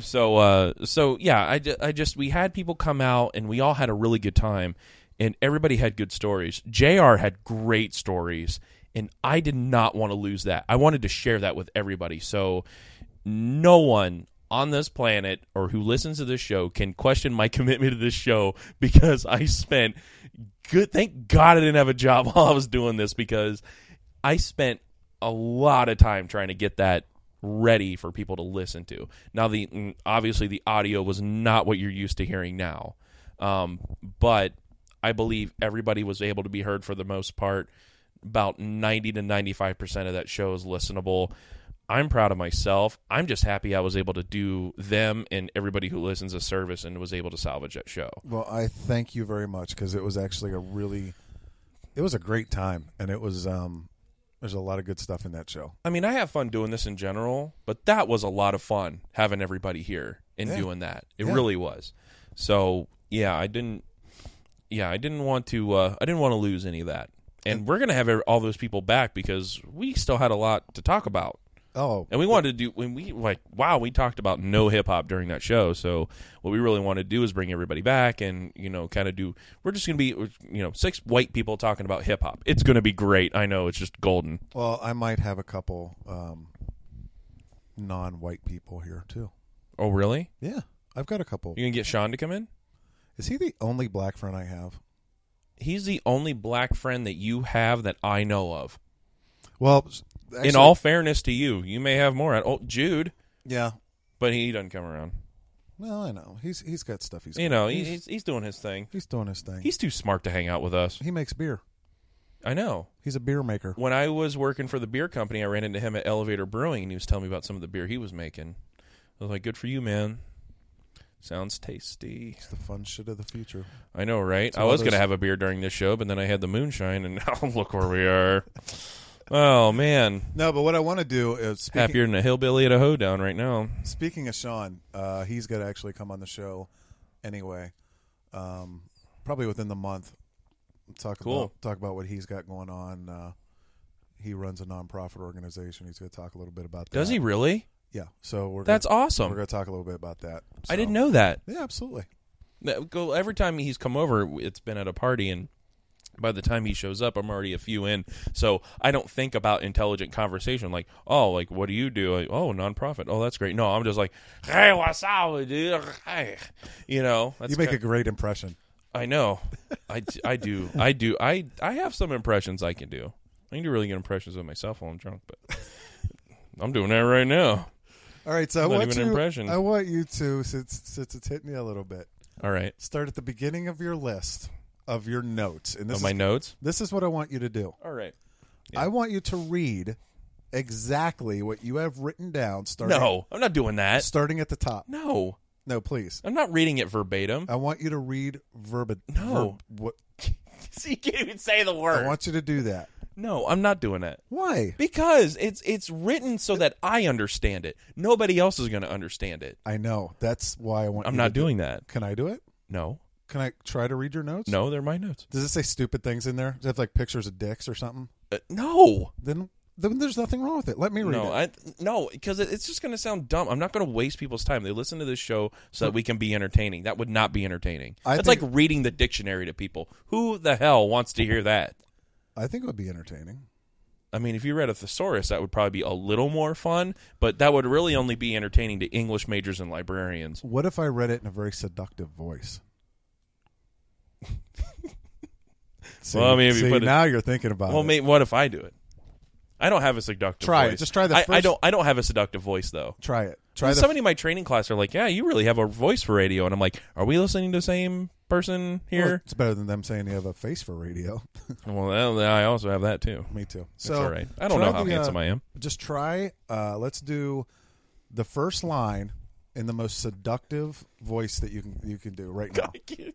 [SPEAKER 1] So, uh, so yeah, I, ju- I just, we had people come out and we all had a really good time and everybody had good stories. JR had great stories and I did not want to lose that. I wanted to share that with everybody. So, no one on this planet or who listens to this show can question my commitment to this show because I spent good thank God I didn't have a job while I was doing this because I spent a lot of time trying to get that ready for people to listen to. Now the mm, obviously the audio was not what you're used to hearing now. Um, but I believe everybody was able to be heard for the most part. About 90 to 95% of that show is listenable. I'm proud of myself. I'm just happy I was able to do them and everybody who listens a service and was able to salvage that show.
[SPEAKER 2] Well, I thank you very much because it was actually a really, it was a great time, and it was um, there's a lot of good stuff in that show.
[SPEAKER 1] I mean, I have fun doing this in general, but that was a lot of fun having everybody here and
[SPEAKER 2] Yeah.
[SPEAKER 1] doing that. It
[SPEAKER 2] Yeah.
[SPEAKER 1] really was. So yeah, I didn't. Yeah, I didn't want to. Uh, I didn't want to lose any of that. And we're gonna have ev- all those people back because we still had a lot to talk about,
[SPEAKER 2] Oh,
[SPEAKER 1] and we wanted to do when we like wow, we talked about no hip hop during that show. So what we really want to do is bring everybody back and you know kind of do. We're just gonna be uh, you know six white people talking about hip hop. It's gonna be great. I know it's just golden.
[SPEAKER 2] well, I might have a couple um, non-white people here too.
[SPEAKER 1] Oh really?
[SPEAKER 2] Yeah, I've got a couple.
[SPEAKER 1] You gonna get Sean to come in?
[SPEAKER 2] Is he the only black friend I have?
[SPEAKER 1] he's the only black friend that you have that I know of.
[SPEAKER 2] Well, s- actually-
[SPEAKER 1] In all fairness to you, you may have more. Oh, Jude,
[SPEAKER 2] yeah.
[SPEAKER 1] but he doesn't come around.
[SPEAKER 2] Well, I know he's he's got stuff he's
[SPEAKER 1] You know,
[SPEAKER 2] he's
[SPEAKER 1] he's, he's he's doing his thing.
[SPEAKER 2] he's doing his thing.
[SPEAKER 1] He's too smart to hang out with us.
[SPEAKER 2] he makes beer.
[SPEAKER 1] I know.
[SPEAKER 2] He's a beer maker.
[SPEAKER 1] When I was working for the beer company, I ran into him at Elevator Brewing, and he was telling me about some of the beer he was making. I was like, "Good for you, man. Sounds tasty."
[SPEAKER 2] It's the fun shit of the future.
[SPEAKER 1] I know, right?
[SPEAKER 2] So
[SPEAKER 1] I was
[SPEAKER 2] others-
[SPEAKER 1] going to have a beer during this show, but then I had the moonshine, and now look where we are. Oh man,
[SPEAKER 2] No, but what I want to do is speaking,
[SPEAKER 1] happier than a hillbilly at a hoedown right now.
[SPEAKER 2] Speaking of Sean, uh, he's going to actually come on the show anyway, um, probably within the month. Talk
[SPEAKER 1] Cool.
[SPEAKER 2] about talk about what he's got going on. Uh, he runs a nonprofit organization. He's going to talk a little bit about that.
[SPEAKER 1] Does he really?
[SPEAKER 2] Yeah. So we're
[SPEAKER 1] That's
[SPEAKER 2] gonna,
[SPEAKER 1] awesome.
[SPEAKER 2] We're going to talk a little bit about that.
[SPEAKER 1] I didn't
[SPEAKER 2] So-
[SPEAKER 1] know that.
[SPEAKER 2] Yeah, absolutely.
[SPEAKER 1] That- go- Every time he's come over, it's been at a party, and by the time he shows up, I'm already a few in. So I don't think about intelligent conversation like, oh, like what do you do? Like, oh, nonprofit. Oh, that's great. No, I'm just like, hey, what's up, dude? Hey. You know, that's
[SPEAKER 2] You make
[SPEAKER 1] ki-
[SPEAKER 2] a great impression.
[SPEAKER 1] I know. I, d- I do. I do. I I have some impressions I can do. I can do really good impressions of myself while I'm drunk, but I'm doing that right now.
[SPEAKER 2] All right, so I
[SPEAKER 1] Not
[SPEAKER 2] want
[SPEAKER 1] even an
[SPEAKER 2] you.
[SPEAKER 1] impression.
[SPEAKER 2] I want you to since since it's hitting you a little bit.
[SPEAKER 1] All right.
[SPEAKER 2] Start at the beginning of your list of your notes, and this
[SPEAKER 1] Of my
[SPEAKER 2] is,
[SPEAKER 1] notes.
[SPEAKER 2] this is what I want you to do.
[SPEAKER 1] All right.
[SPEAKER 2] I want you to read exactly what you have written down, starting
[SPEAKER 1] No, I'm not doing that.
[SPEAKER 2] starting at the top.
[SPEAKER 1] No.
[SPEAKER 2] No, please.
[SPEAKER 1] I'm not reading it verbatim.
[SPEAKER 2] I want you to read verbatim.
[SPEAKER 1] No.
[SPEAKER 2] what,
[SPEAKER 1] you can't even say the
[SPEAKER 2] I
[SPEAKER 1] word.
[SPEAKER 2] want you to do that.
[SPEAKER 1] no, I'm not doing it
[SPEAKER 2] Why?
[SPEAKER 1] because it's it's written so that I understand it. Nobody else is going to understand it.
[SPEAKER 2] I know. That's why I want.
[SPEAKER 1] I'm
[SPEAKER 2] you
[SPEAKER 1] not
[SPEAKER 2] to do-
[SPEAKER 1] doing that.
[SPEAKER 2] Can I do it?
[SPEAKER 1] No,
[SPEAKER 2] Can I try to read your notes?
[SPEAKER 1] No, they're my notes.
[SPEAKER 2] Does it say stupid things in there? Does it have like pictures of dicks or something?
[SPEAKER 1] Uh, no,
[SPEAKER 2] Then, then there's nothing wrong with it. Let me read
[SPEAKER 1] no,
[SPEAKER 2] it.
[SPEAKER 1] I no, because it, it's just going to sound dumb. I'm not going to waste people's time. They listen to this show so that we can be entertaining. That would not be entertaining.
[SPEAKER 2] I
[SPEAKER 1] That's
[SPEAKER 2] think-
[SPEAKER 1] like reading the dictionary to people. Who the hell wants to hear that?
[SPEAKER 2] I think it would be entertaining.
[SPEAKER 1] I mean, if you read a thesaurus, that would probably be a little more fun, but that would really only be entertaining to English majors and librarians.
[SPEAKER 2] What if I read it in a very seductive voice? see,
[SPEAKER 1] Well, I mean, if you
[SPEAKER 2] see,
[SPEAKER 1] put it-
[SPEAKER 2] now you're thinking about
[SPEAKER 1] Well,
[SPEAKER 2] it.
[SPEAKER 1] mate, what if I do it? I don't have a seductive
[SPEAKER 2] Try it.
[SPEAKER 1] voice.
[SPEAKER 2] Just try the
[SPEAKER 1] I, I
[SPEAKER 2] first-
[SPEAKER 1] don't I don't have a seductive voice though.
[SPEAKER 2] try it. Try the.
[SPEAKER 1] Somebody in my training class are like, "Yeah, you really have a voice for radio." And I'm like, "Are we listening to the same person
[SPEAKER 2] well,
[SPEAKER 1] here?"
[SPEAKER 2] it's better than them saying you have a face for radio.
[SPEAKER 1] Well, well I also have that too.
[SPEAKER 2] Me too. So
[SPEAKER 1] That's all right. I don't
[SPEAKER 2] try
[SPEAKER 1] know how
[SPEAKER 2] the, uh,
[SPEAKER 1] handsome I am.
[SPEAKER 2] Just try. Uh, let's do the first line in the most seductive voice that you can you can do right now.
[SPEAKER 1] I can't-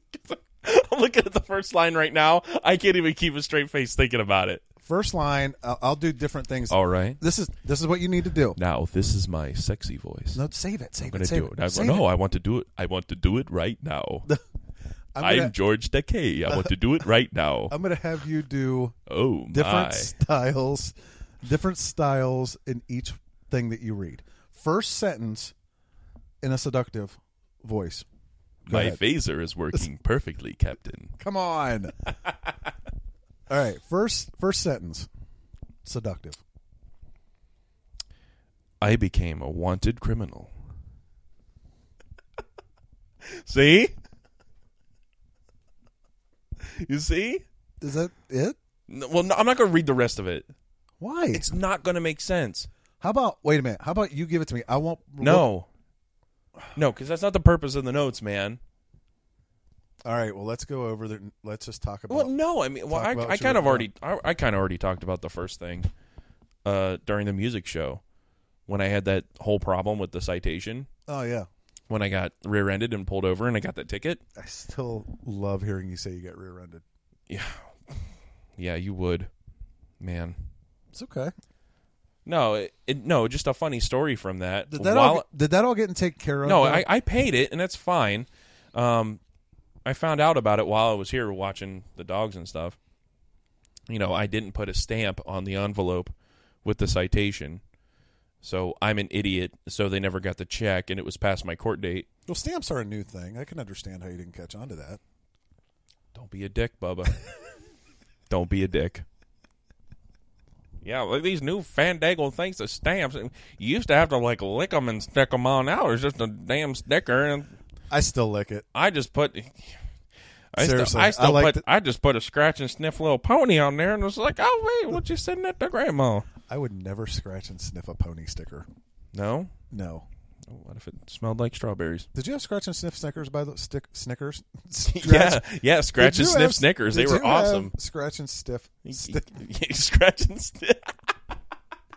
[SPEAKER 1] I'm looking at the first line right now. I can't even keep a straight face thinking about it.
[SPEAKER 2] First line. I'll, I'll do different things.
[SPEAKER 1] All right.
[SPEAKER 2] This is this is what you need to do.
[SPEAKER 1] Now this is my sexy voice.
[SPEAKER 2] No, save it. Save
[SPEAKER 1] I'm gonna
[SPEAKER 2] it. Save
[SPEAKER 1] do it.
[SPEAKER 2] it.
[SPEAKER 1] I,
[SPEAKER 2] Save
[SPEAKER 1] no, I want to do it. I want to do it right now.
[SPEAKER 2] I'm
[SPEAKER 1] I'm,
[SPEAKER 2] gonna, Um,
[SPEAKER 1] George Decay. I want to do it right now.
[SPEAKER 2] I'm gonna have you do
[SPEAKER 1] oh my!
[SPEAKER 2] different styles, different styles in each thing that you read. First sentence in a seductive voice. Go
[SPEAKER 1] My
[SPEAKER 2] ahead.
[SPEAKER 1] phaser is working perfectly, Captain.
[SPEAKER 2] Come on. All right. First first sentence. Seductive.
[SPEAKER 1] I became a wanted criminal. see? You see?
[SPEAKER 2] Is that it?
[SPEAKER 1] No, well, no, I'm not going to read the rest of it.
[SPEAKER 2] Why?
[SPEAKER 1] It's not going to make sense.
[SPEAKER 2] How about wait a minute? How about you give it to me? I won't
[SPEAKER 1] No. No, because that's not the purpose of the notes, man.
[SPEAKER 2] All right, well let's go over the let's just talk about
[SPEAKER 1] Well, no, I mean, well,
[SPEAKER 2] talk
[SPEAKER 1] I,
[SPEAKER 2] about
[SPEAKER 1] I
[SPEAKER 2] what you
[SPEAKER 1] kind of
[SPEAKER 2] wrote
[SPEAKER 1] already, I, I kind of already talked about the first thing uh, during the music show when I had that whole problem with the citation
[SPEAKER 2] Oh yeah.
[SPEAKER 1] when I got rear-ended and pulled over and I got the ticket.
[SPEAKER 2] I still love hearing you say you get rear ended.
[SPEAKER 1] Yeah, you would, man.
[SPEAKER 2] It's okay.
[SPEAKER 1] No, it, it, no, just a funny story from that.
[SPEAKER 2] Did that
[SPEAKER 1] While-
[SPEAKER 2] all get- did that all get taken care of?
[SPEAKER 1] no,
[SPEAKER 2] though?
[SPEAKER 1] I, I paid it and that's fine. Um, I found out about it while I was here watching the dogs and stuff. You know, I didn't put a stamp on the envelope with the citation, so I'm an idiot. So they never got the check, and it was past my court date.
[SPEAKER 2] Well, stamps are a new thing. I can understand how you didn't catch on to that.
[SPEAKER 1] Don't be a dick, Bubba. Don't be a dick. Yeah, like these new fandangle things, the stamps. and You used to have to like lick them and stick them on out. It's just a damn sticker, and
[SPEAKER 2] I still lick it.
[SPEAKER 1] I just put. I
[SPEAKER 2] Seriously,
[SPEAKER 1] still, I
[SPEAKER 2] I
[SPEAKER 1] still
[SPEAKER 2] like
[SPEAKER 1] put.
[SPEAKER 2] that-
[SPEAKER 1] I just put a scratch and sniff little pony on there, and was like, "Oh wait, what you sending that to grandma?"
[SPEAKER 2] I would never scratch and sniff a pony sticker.
[SPEAKER 1] No.
[SPEAKER 2] No.
[SPEAKER 1] What if it smelled like strawberries?
[SPEAKER 2] Did you have scratch and sniff Snickers by the stick Snickers?
[SPEAKER 1] Yeah, yeah. Scratch and sniff Snickers. They were awesome.
[SPEAKER 2] scratch and stiff. Stick.
[SPEAKER 1] Scratch and sniff.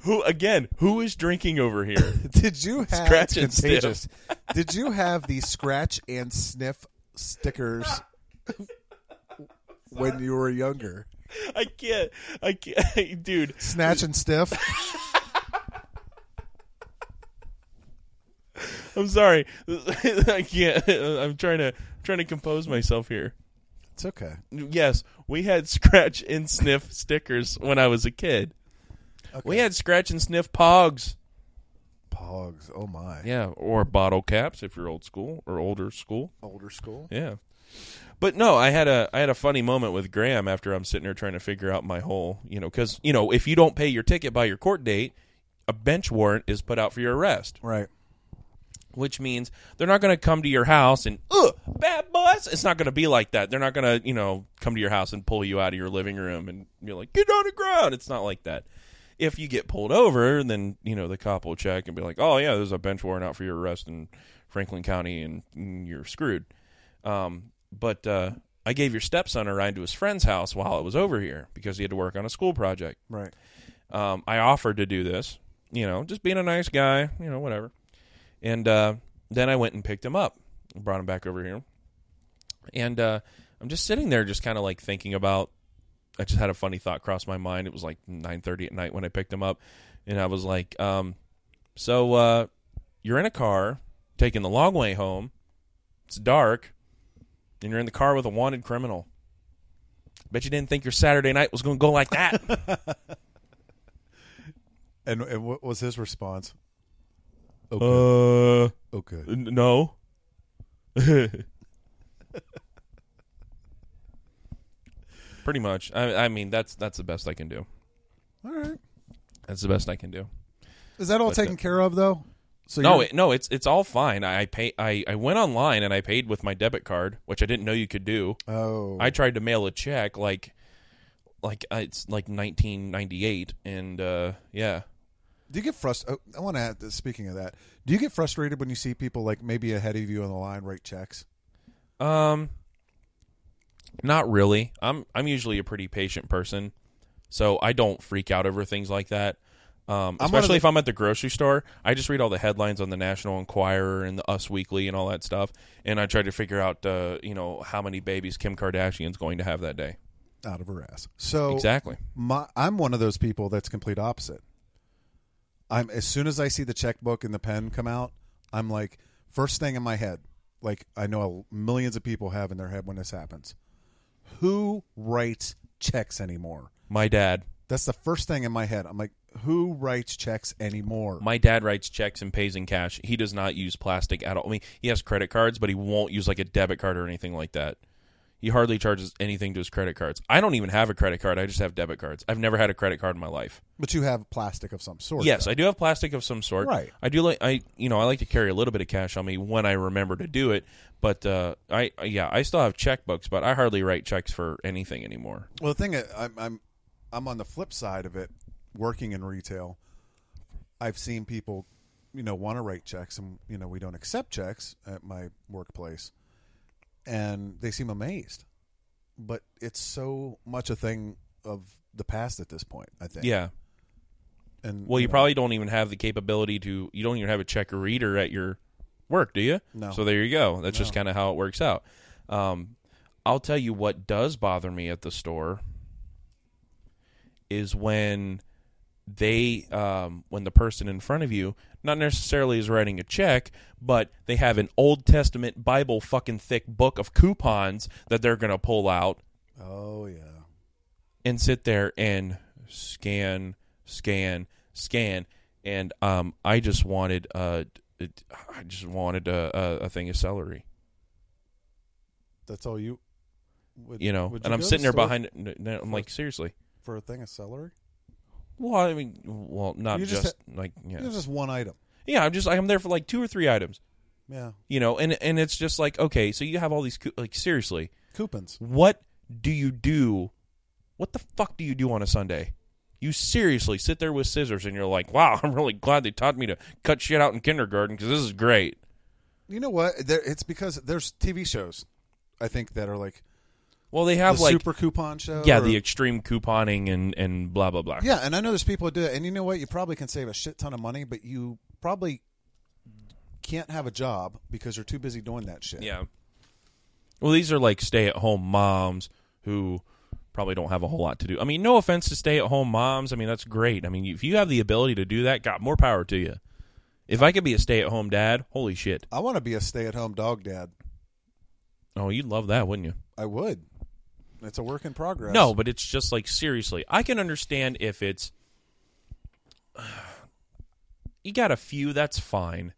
[SPEAKER 1] who again? Who is drinking over here?
[SPEAKER 2] Did you have
[SPEAKER 1] Scratch and
[SPEAKER 2] it's
[SPEAKER 1] sniff.
[SPEAKER 2] contagious. Did you have the scratch and sniff stickers when you were younger?
[SPEAKER 1] I can't. I can't, dude.
[SPEAKER 2] Snatch and stiff.
[SPEAKER 1] I'm sorry. I can't. I'm trying to trying to compose myself here.
[SPEAKER 2] It's okay.
[SPEAKER 1] Yes, we had scratch and sniff stickers when I was a kid. We had scratch and sniff pogs.
[SPEAKER 2] Pogs. Oh my.
[SPEAKER 1] Yeah, or bottle caps if you're old school or older school.
[SPEAKER 2] Older school.
[SPEAKER 1] Yeah. But no, I had a I had a funny moment with Graham after I'm sitting there trying to figure out my whole, you know, cuz you know, if you don't pay your ticket by your court date, a bench warrant is put out for your arrest.
[SPEAKER 2] Right.
[SPEAKER 1] which means they're not going to come to your house and ugh, bad boys. It's not going to be like that. They're not going to you know come to your house and pull you out of your living room and you're like get on the ground. It's not like that. If you get pulled over, then you know the cop will check and be like, oh yeah, there's a bench warrant out for your arrest in Franklin County and mm, you're screwed. Um, but uh, I gave your stepson a ride to his friend's house while I was over here because he had to work on a school project
[SPEAKER 2] Right.
[SPEAKER 1] um, I offered to do this, you know, just being a nice guy, you know, whatever. And uh, then I went and picked him up, and brought him back over here, and uh, I'm just sitting there, just kind of like thinking about. I just had a funny thought cross my mind. It was like 9:30 at night when I picked him up, and I was like, um, "So uh, you're in a car taking the long way home. It's dark. and you're in the car with a wanted criminal. Bet you didn't think your Saturday night was going to go like that.
[SPEAKER 2] And, and what was his response? Okay.
[SPEAKER 1] uh,
[SPEAKER 2] okay.
[SPEAKER 1] n- no. Pretty much. I, I mean, that's that's the best I can do.
[SPEAKER 2] All right.
[SPEAKER 1] That's the best I can do.
[SPEAKER 2] Is that all
[SPEAKER 1] But,
[SPEAKER 2] taken
[SPEAKER 1] uh,
[SPEAKER 2] care of though? So
[SPEAKER 1] No,
[SPEAKER 2] you're-
[SPEAKER 1] it, no, it's it's all fine. I I pay. I, I went online and I paid with my debit card, which I didn't know you could do.
[SPEAKER 2] oh,
[SPEAKER 1] I tried to mail a check like, like uh, it's like 1998, and uh, yeah,
[SPEAKER 2] do you get frustrated? I want to. add this- Speaking of that, do you get frustrated when you see people like maybe ahead of you on the line write checks?
[SPEAKER 1] Um, not really. I'm I'm usually a pretty patient person, so I don't freak out over things like that. Um,
[SPEAKER 2] I'm one of
[SPEAKER 1] especially
[SPEAKER 2] the-
[SPEAKER 1] if I'm at the grocery store, I just read all the headlines on the National Enquirer and the Us Weekly and all that stuff, and I try to figure out, uh, you know, how many babies Kim Kardashian's going to have that day.
[SPEAKER 2] Out of her ass. So
[SPEAKER 1] Exactly.
[SPEAKER 2] my, I'm one of those people that's complete opposite. I'm as soon as I see the checkbook and the pen come out, I'm like first thing in my head. Like I know millions of people have in their head when this happens. Who writes checks anymore?
[SPEAKER 1] My dad,
[SPEAKER 2] That's the first thing in my head. I'm like, who writes checks anymore?
[SPEAKER 1] my dad writes checks and pays in cash. He does not use plastic at all. I mean, he has credit cards, but he won't use like a debit card or anything like that. He hardly charges anything to his credit cards. I don't even have a credit card. I just have debit cards. I've never had a credit card in my life.
[SPEAKER 2] But you have plastic of some sort.
[SPEAKER 1] yes, I do have plastic of some sort.
[SPEAKER 2] Right.
[SPEAKER 1] I do like I you know I like to carry a little bit of cash on me when I remember to do it. But uh, I yeah I still have checkbooks, but I hardly write checks for anything anymore.
[SPEAKER 2] Well, the thing I- I'm I'm I'm on the flip side of it. Working in retail, I've seen people, you know, want to write checks, and you know, we don't accept checks at my workplace, and they seem amazed. But it's so much a thing of the past at this point. I think.
[SPEAKER 1] Yeah.
[SPEAKER 2] And
[SPEAKER 1] Well, you
[SPEAKER 2] know,
[SPEAKER 1] probably don't even have the capability to. You don't even have a check reader at your work, do you?
[SPEAKER 2] No.
[SPEAKER 1] So there you go. That's just kind of how it works out. Um, I'll tell you what does bother me at the store is when they um, when the person in front of you not necessarily is writing a check but they have an old testament bible fucking thick book of coupons that they're going to pull out
[SPEAKER 2] Oh yeah.
[SPEAKER 1] and sit there and scan, scan, scan. And um, I just wanted uh, it- I just wanted a, a, a thing of celery,
[SPEAKER 2] That's all you. Would,
[SPEAKER 1] you know.
[SPEAKER 2] would
[SPEAKER 1] and I'm
[SPEAKER 2] go to
[SPEAKER 1] sitting there
[SPEAKER 2] store
[SPEAKER 1] behind. n- n- I'm like, seriously.
[SPEAKER 2] for a thing of celery.
[SPEAKER 1] Well, I mean, well, not
[SPEAKER 2] You
[SPEAKER 1] just,
[SPEAKER 2] just
[SPEAKER 1] like yeah,
[SPEAKER 2] It's just one item.
[SPEAKER 1] yeah. I'm just I'm there for like two or three items,
[SPEAKER 2] Yeah,
[SPEAKER 1] you know. And and it's just like okay, so you have all these cou- like seriously,
[SPEAKER 2] coupons.
[SPEAKER 1] what do you do? What the fuck do you do on a Sunday? You seriously sit there with scissors and you're like, wow, I'm really glad they taught me to cut shit out in kindergarten because this is great.
[SPEAKER 2] You know what? There, it's because there's TV shows, I think, that are like
[SPEAKER 1] Well, they
[SPEAKER 2] the
[SPEAKER 1] have like,
[SPEAKER 2] super coupon show.
[SPEAKER 1] yeah,
[SPEAKER 2] or-
[SPEAKER 1] the extreme couponing and, and blah, blah, blah.
[SPEAKER 2] yeah, and I know there's people who do it. And you know what? You probably can save a shit ton of money, but you probably can't have a job because you're too busy doing that shit.
[SPEAKER 1] Yeah. Well, these are like stay at home moms who probably don't have a whole lot to do. I mean, no offense to stay at home moms. I mean, that's great. I mean, if you have the ability to do that, got more power to you. If I could be a stay at home dad, holy shit.
[SPEAKER 2] I want to be a stay-at-home dog dad.
[SPEAKER 1] Oh, you'd love that, wouldn't you?
[SPEAKER 2] I would. It's a work in progress.
[SPEAKER 1] No, but it's just like seriously. I can understand if it's you got a few, that's fine.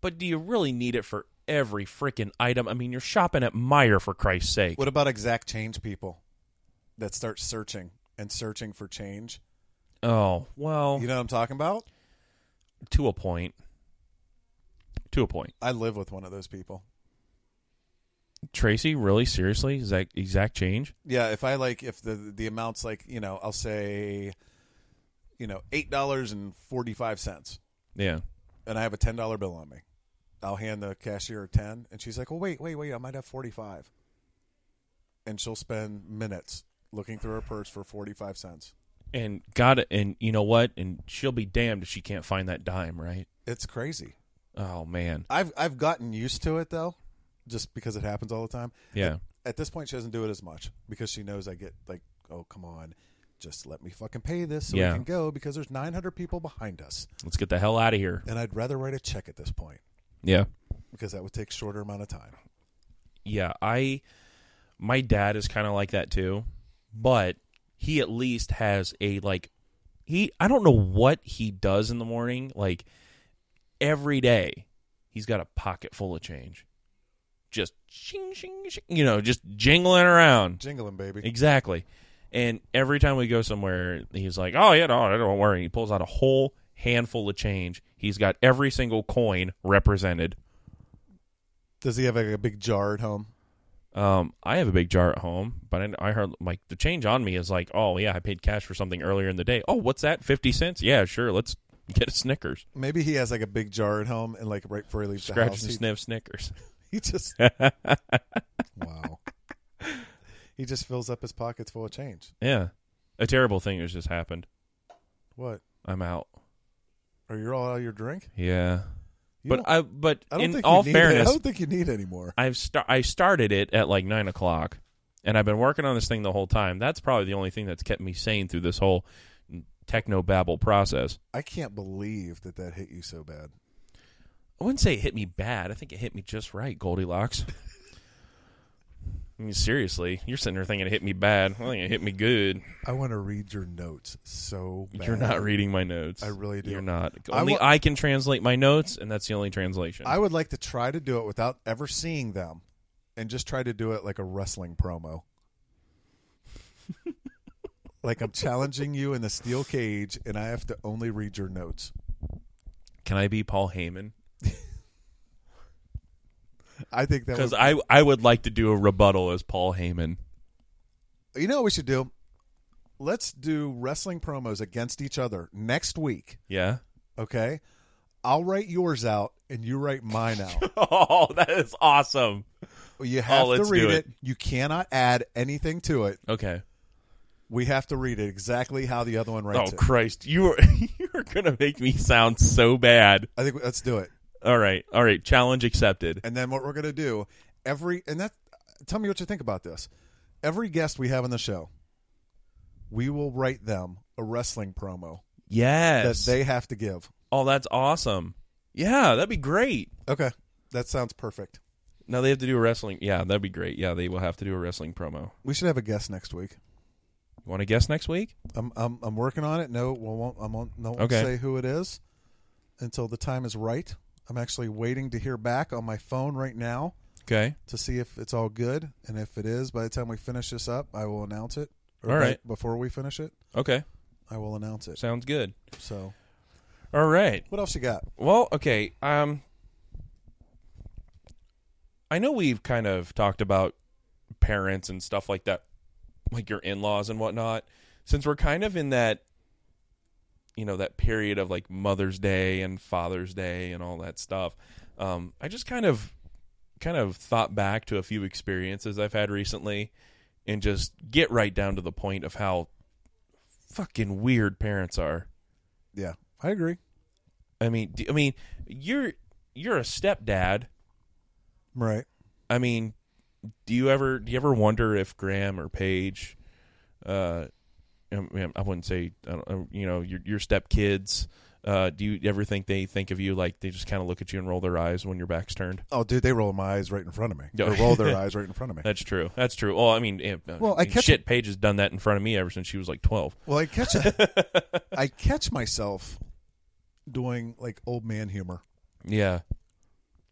[SPEAKER 1] But do you really need it for every freaking item? I mean, you're shopping at Meyer for Christ's sake.
[SPEAKER 2] What about exact change people that start searching and searching for change?
[SPEAKER 1] Oh, well,
[SPEAKER 2] You know what I'm talking about?
[SPEAKER 1] to a point. To a point.
[SPEAKER 2] I live with one of those people.
[SPEAKER 1] Tracy, really seriously? Is that exact change?
[SPEAKER 2] Yeah, if I like if the the amount's like, you know, I'll say you know, eight dollars and forty five cents
[SPEAKER 1] Yeah.
[SPEAKER 2] and I have a ten dollar bill on me. I'll hand the cashier a ten and she's like, Well wait, wait, wait, I might have forty five and she'll spend minutes looking through her purse for forty five cents.
[SPEAKER 1] And got it and you know what? And she'll be damned if she can't find that dime, right?
[SPEAKER 2] It's crazy.
[SPEAKER 1] Oh man.
[SPEAKER 2] I've I've gotten used to it though, just because it happens all the time.
[SPEAKER 1] Yeah.
[SPEAKER 2] At this point she doesn't do it as much because she knows I get like, Oh, come on, just let me fucking pay this so
[SPEAKER 1] Yeah.
[SPEAKER 2] we can go because there's nine hundred people behind us.
[SPEAKER 1] Let's get the hell out of here.
[SPEAKER 2] and I'd rather write a check at this point
[SPEAKER 1] Yeah.
[SPEAKER 2] because that would take shorter amount of time.
[SPEAKER 1] yeah, I my dad is kind of like that too, but he at least has a like he I don't know what he does in the morning, like every day he's got a pocket full of change. Just shing, shing, shing, you know, just jingling around.
[SPEAKER 2] Jingling, baby.
[SPEAKER 1] Exactly. And every time we go somewhere, he's like, "Oh yeah, no, don't worry." He pulls out a whole handful of change. He's got every single coin represented.
[SPEAKER 2] Does he have like a big jar at home?
[SPEAKER 1] Um, I have a big jar at home, but I, I heard like the change on me is like, "Oh yeah, I paid cash for something earlier in the day. Oh, what's that? Fifty cents? Yeah, sure. Let's get a Snickers.
[SPEAKER 2] Maybe he has like a big jar at home, and like right before he leaves the
[SPEAKER 1] Scratch
[SPEAKER 2] house,
[SPEAKER 1] and
[SPEAKER 2] he,
[SPEAKER 1] sniff Snickers."
[SPEAKER 2] he just wow. He just fills up his pockets full of change.
[SPEAKER 1] yeah, a terrible thing has just happened.
[SPEAKER 2] What?
[SPEAKER 1] I'm out.
[SPEAKER 2] Are you all out of your drink?
[SPEAKER 1] Yeah,
[SPEAKER 2] You
[SPEAKER 1] but
[SPEAKER 2] don't-
[SPEAKER 1] I but
[SPEAKER 2] I don't
[SPEAKER 1] in
[SPEAKER 2] think
[SPEAKER 1] all
[SPEAKER 2] you need it.
[SPEAKER 1] fairness,
[SPEAKER 2] I don't think you need any more.
[SPEAKER 1] I've sta- I started it at like nine o'clock, and I've been working on this thing the whole time. That's probably the only thing that's kept me sane through this whole techno babble process.
[SPEAKER 2] I can't believe that that hit you so bad.
[SPEAKER 1] I wouldn't say it hit me bad. I think it hit me just right, Goldilocks. I mean, seriously, you're sitting there thinking it hit me bad. I think it hit me good.
[SPEAKER 2] I want to read your notes so bad.
[SPEAKER 1] You're not reading my notes.
[SPEAKER 2] I really do.
[SPEAKER 1] You're not.
[SPEAKER 2] I
[SPEAKER 1] Only I
[SPEAKER 2] wa-
[SPEAKER 1] can translate my notes, and that's the only translation.
[SPEAKER 2] I would like to try to do it without ever seeing them, and just try to do it like a wrestling promo. like I'm challenging you in the steel cage, and I have to only read your notes.
[SPEAKER 1] can I be Paul Heyman?
[SPEAKER 2] I think that
[SPEAKER 1] Because
[SPEAKER 2] was.
[SPEAKER 1] I I would like to do a rebuttal as Paul Heyman.
[SPEAKER 2] You know what we should do? Let's do wrestling promos against each other next week.
[SPEAKER 1] Yeah.
[SPEAKER 2] Okay, I'll write yours out, and you write mine out.
[SPEAKER 1] Oh, that is awesome.
[SPEAKER 2] Well, You have to
[SPEAKER 1] Oh, let's do
[SPEAKER 2] read
[SPEAKER 1] it.
[SPEAKER 2] it. You cannot add anything to it.
[SPEAKER 1] Okay.
[SPEAKER 2] We have to read it exactly how the other one writes
[SPEAKER 1] oh
[SPEAKER 2] it.
[SPEAKER 1] Christ, you are you are gonna make me sound so bad.
[SPEAKER 2] I think let's do it.
[SPEAKER 1] All right, all right, challenge accepted.
[SPEAKER 2] And then what we're going to do every and that tell me what you think about this. Every guest we have on the show, we will write them a wrestling promo
[SPEAKER 1] Yes.
[SPEAKER 2] that they have to give.
[SPEAKER 1] oh, that's awesome. Yeah, that'd be great.
[SPEAKER 2] Okay, that sounds perfect.
[SPEAKER 1] Now they have to do a wrestling. Yeah, that'd be great. Yeah, they will have to do a wrestling promo.
[SPEAKER 2] We should have a guest next week.
[SPEAKER 1] You want to guess next week?
[SPEAKER 2] I'm I'm, I'm working on it. No, we won't. I won't. No, won't
[SPEAKER 1] Okay.
[SPEAKER 2] say who it is until the time is right. I'm actually waiting to hear back on my phone right now.
[SPEAKER 1] Okay.
[SPEAKER 2] to see if it's all good. And if it is, by the time we finish this up, I will announce it. Or
[SPEAKER 1] All
[SPEAKER 2] by-
[SPEAKER 1] right.
[SPEAKER 2] Before we finish it,
[SPEAKER 1] Okay.
[SPEAKER 2] I will announce it.
[SPEAKER 1] Sounds good.
[SPEAKER 2] So,
[SPEAKER 1] All right.
[SPEAKER 2] what else you got?
[SPEAKER 1] Well, okay. Um, I know we've kind of talked about parents and stuff like that, like your in laws and whatnot. Since we're kind of in that, you know, that period of like Mother's Day and Father's Day and all that stuff, um, I just kind of, kind of thought back to a few experiences I've had recently, and just get right down to the point of how fucking weird parents are.
[SPEAKER 2] Yeah, I agree.
[SPEAKER 1] I mean, d- I mean, you're you're a stepdad.
[SPEAKER 2] Right.
[SPEAKER 1] I mean, do you ever do you ever wonder if Graham or Paige, uh, I, mean, I wouldn't say I don't- uh, you know your your stepkids. Uh, do you ever think they think of you like they just kind of look at you and roll their eyes when your back's turned?
[SPEAKER 2] Oh, dude, they roll my eyes right in front of me.
[SPEAKER 1] Yeah.
[SPEAKER 2] Or roll their eyes right in front of me.
[SPEAKER 1] That's true. That's true. Well, I mean, eh, uh,
[SPEAKER 2] Well, I catch-
[SPEAKER 1] shit. Paige has done that in front of me ever since she was like twelve.
[SPEAKER 2] Well, I catch a, I catch myself doing like old man humor,
[SPEAKER 1] Yeah,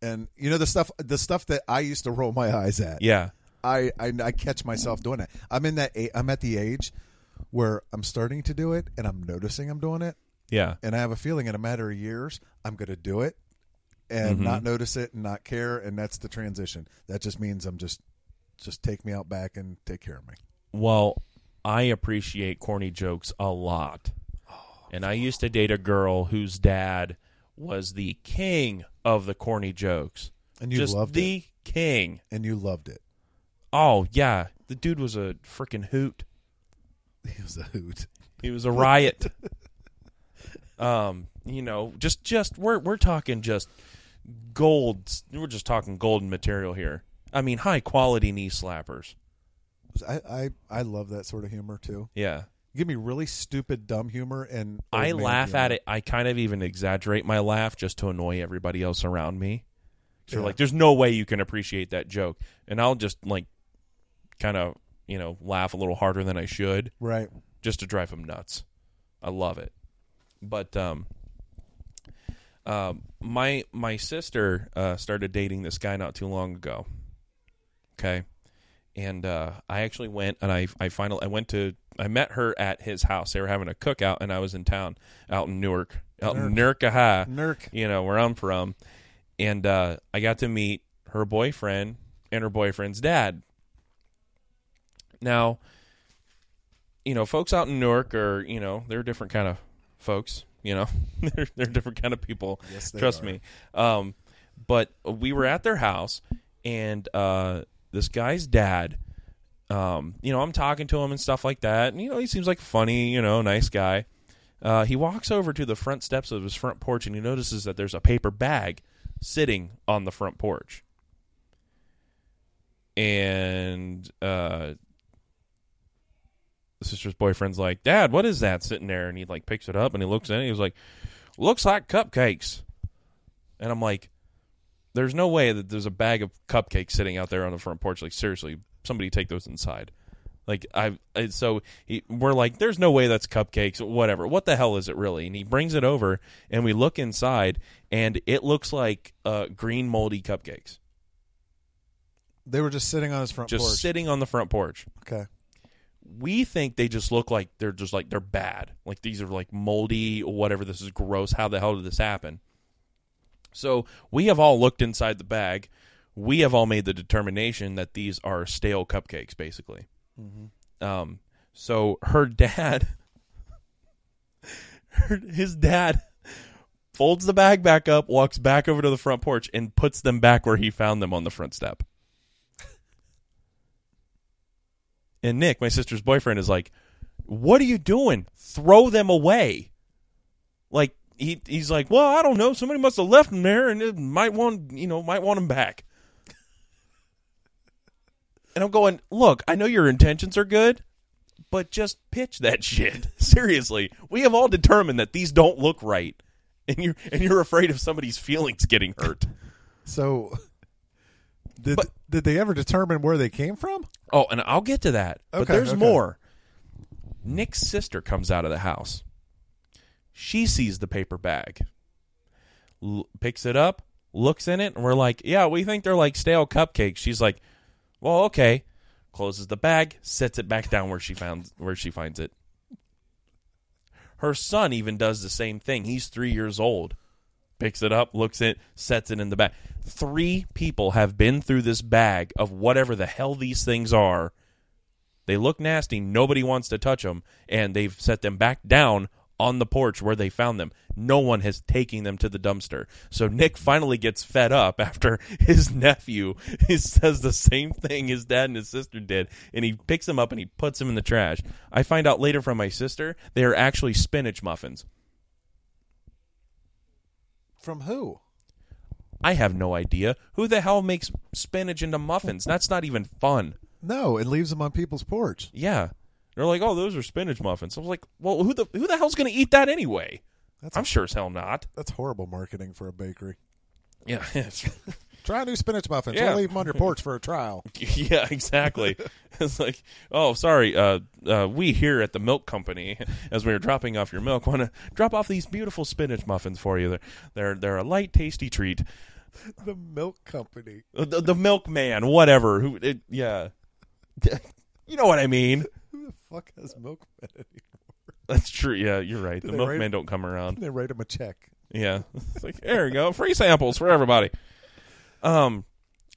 [SPEAKER 2] and you know the stuff the stuff that I used to roll my eyes at.
[SPEAKER 1] yeah,
[SPEAKER 2] I, I I catch myself doing it. I'm in that a- I'm at the age where I'm starting to do it, and I'm noticing I'm doing it,
[SPEAKER 1] yeah.
[SPEAKER 2] and I have a feeling in a matter of years I'm going to do it and
[SPEAKER 1] Mm-hmm.
[SPEAKER 2] not notice it and not care and that's the transition. That just means I'm just just take me out back and take care of me.
[SPEAKER 1] Well, I appreciate corny jokes a lot. And I used to date a girl whose dad was the king of the corny jokes.
[SPEAKER 2] And you
[SPEAKER 1] Just
[SPEAKER 2] loved
[SPEAKER 1] the
[SPEAKER 2] it.
[SPEAKER 1] king.
[SPEAKER 2] And you loved it.
[SPEAKER 1] Oh, yeah. The dude was a freaking hoot.
[SPEAKER 2] It was a hoot.
[SPEAKER 1] He was a riot. um, you know, just just we're we're talking just gold. We're just talking golden material here. I mean, high quality knee slappers.
[SPEAKER 2] I, I I love that sort of humor too.
[SPEAKER 1] Yeah.
[SPEAKER 2] Give me really stupid dumb humor and old
[SPEAKER 1] I
[SPEAKER 2] man
[SPEAKER 1] laugh
[SPEAKER 2] humor.
[SPEAKER 1] at it. I kind of even exaggerate my laugh just to annoy everybody else around me. Or
[SPEAKER 2] Yeah.
[SPEAKER 1] like, there's no way you can appreciate that joke. And I'll just like kind of, you know, laugh a little harder than I should
[SPEAKER 2] Right.
[SPEAKER 1] just to drive him nuts. I love it. But um, um, my my sister uh, started dating this guy not too long ago. Okay, and uh, I actually went and I I finally I went to I met her at his house. They were having a cookout, and I was in town out in Newark, out in Newark, Ohio
[SPEAKER 2] Nurk.
[SPEAKER 1] you know where I'm from, and uh, I got to meet her boyfriend and her boyfriend's dad. Now, you know, folks out in Newark are you know they're different kind of folks. You know, they're they're different kind of people.
[SPEAKER 2] Yes, they
[SPEAKER 1] Trust
[SPEAKER 2] are.
[SPEAKER 1] me. Um, but we were at their house, and uh, this guy's dad. Um, you know, I'm talking to him and stuff like that, and you know, he seems like funny, you know, nice guy. Uh, he walks over to the front steps of his front porch and he notices that there's a paper bag sitting on the front porch. And uh, the sister's boyfriend's like, Dad, what is that sitting there? And he like picks it up and he looks in it. And he was like, Looks like cupcakes. And I'm like, There's no way that there's a bag of cupcakes sitting out there on the front porch. Like, seriously, somebody take those inside. Like I, I- so he, we're like, there's no way that's cupcakes, whatever. What the hell is it really? And he brings it over, and we look inside, and it looks like uh, green moldy cupcakes,
[SPEAKER 2] They were just sitting on his front
[SPEAKER 1] just
[SPEAKER 2] porch.
[SPEAKER 1] sitting on the front porch.
[SPEAKER 2] okay.
[SPEAKER 1] We think they just look like they're just like they're bad, like these are like moldy, whatever. This is gross. How the hell did this happen? So we have all looked inside the bag. We have all made the determination that these are stale cupcakes, basically. Um, so her dad, her, his dad, folds the bag back up, walks back over to the front porch, and puts them back where he found them on the front step. And Nick, my sister's boyfriend, is like, "What are you doing? Throw them away!" Like he he's like, "Well, I don't know. Somebody must have left them there, and it might want you know might want them back." And I'm going, "Look, I know your intentions are good, but just pitch that shit. Seriously, we have all determined that these don't look right, and you are and you're afraid of somebody's feelings getting hurt."
[SPEAKER 2] So, did
[SPEAKER 1] But-
[SPEAKER 2] did they ever determine where they came from?
[SPEAKER 1] Oh, and I'll get to that. but
[SPEAKER 2] Okay,
[SPEAKER 1] there's
[SPEAKER 2] okay.
[SPEAKER 1] more. Nick's sister comes out of the house. She sees the paper bag, l- picks it up, looks in it, and we're like, yeah, we think they're like stale cupcakes. She's like, well, okay. Closes the bag, sets it back down where she found where she finds it. Her son even does the same thing. He's three years old. Picks it up, looks it, sets it in the bag. Three people have been through this bag of whatever the hell these things are. They look nasty. Nobody wants to touch them, and they've set them back down on the porch where they found them. No one has taken them to the dumpster. So Nick finally gets fed up after his nephew is, says the same thing his dad and his sister did, and he picks them up and he puts them in the trash. I find out later from my sister they are actually spinach muffins.
[SPEAKER 2] From who?
[SPEAKER 1] I have no idea who the hell makes spinach into muffins. That's not even fun.
[SPEAKER 2] No, it leaves them on people's porch.
[SPEAKER 1] Yeah. They're like, "Oh, those are spinach muffins." I was like, "Well, who the who the hell's going to eat that anyway?"
[SPEAKER 2] That's
[SPEAKER 1] I'm sure as hell not.
[SPEAKER 2] That's horrible marketing for a bakery.
[SPEAKER 1] Yeah,
[SPEAKER 2] Try new spinach muffins.
[SPEAKER 1] Yeah.
[SPEAKER 2] We'll leave them on your porch for a trial.
[SPEAKER 1] yeah, exactly. it's like, oh, sorry. Uh, uh, we here at the milk company, as we were dropping off your milk, want to drop off these beautiful spinach muffins for you. They're they're, they're a light, tasty treat.
[SPEAKER 2] the milk company.
[SPEAKER 1] Uh, The, the milkman, whatever. Who? It, yeah, you know what I mean.
[SPEAKER 2] Who the fuck has milkmen anymore?
[SPEAKER 1] That's true. Yeah, you're right. The
[SPEAKER 2] they write-
[SPEAKER 1] milkman don't come around.
[SPEAKER 2] They write them a check.
[SPEAKER 1] Yeah. It's like, there you go. Free samples for everybody. Um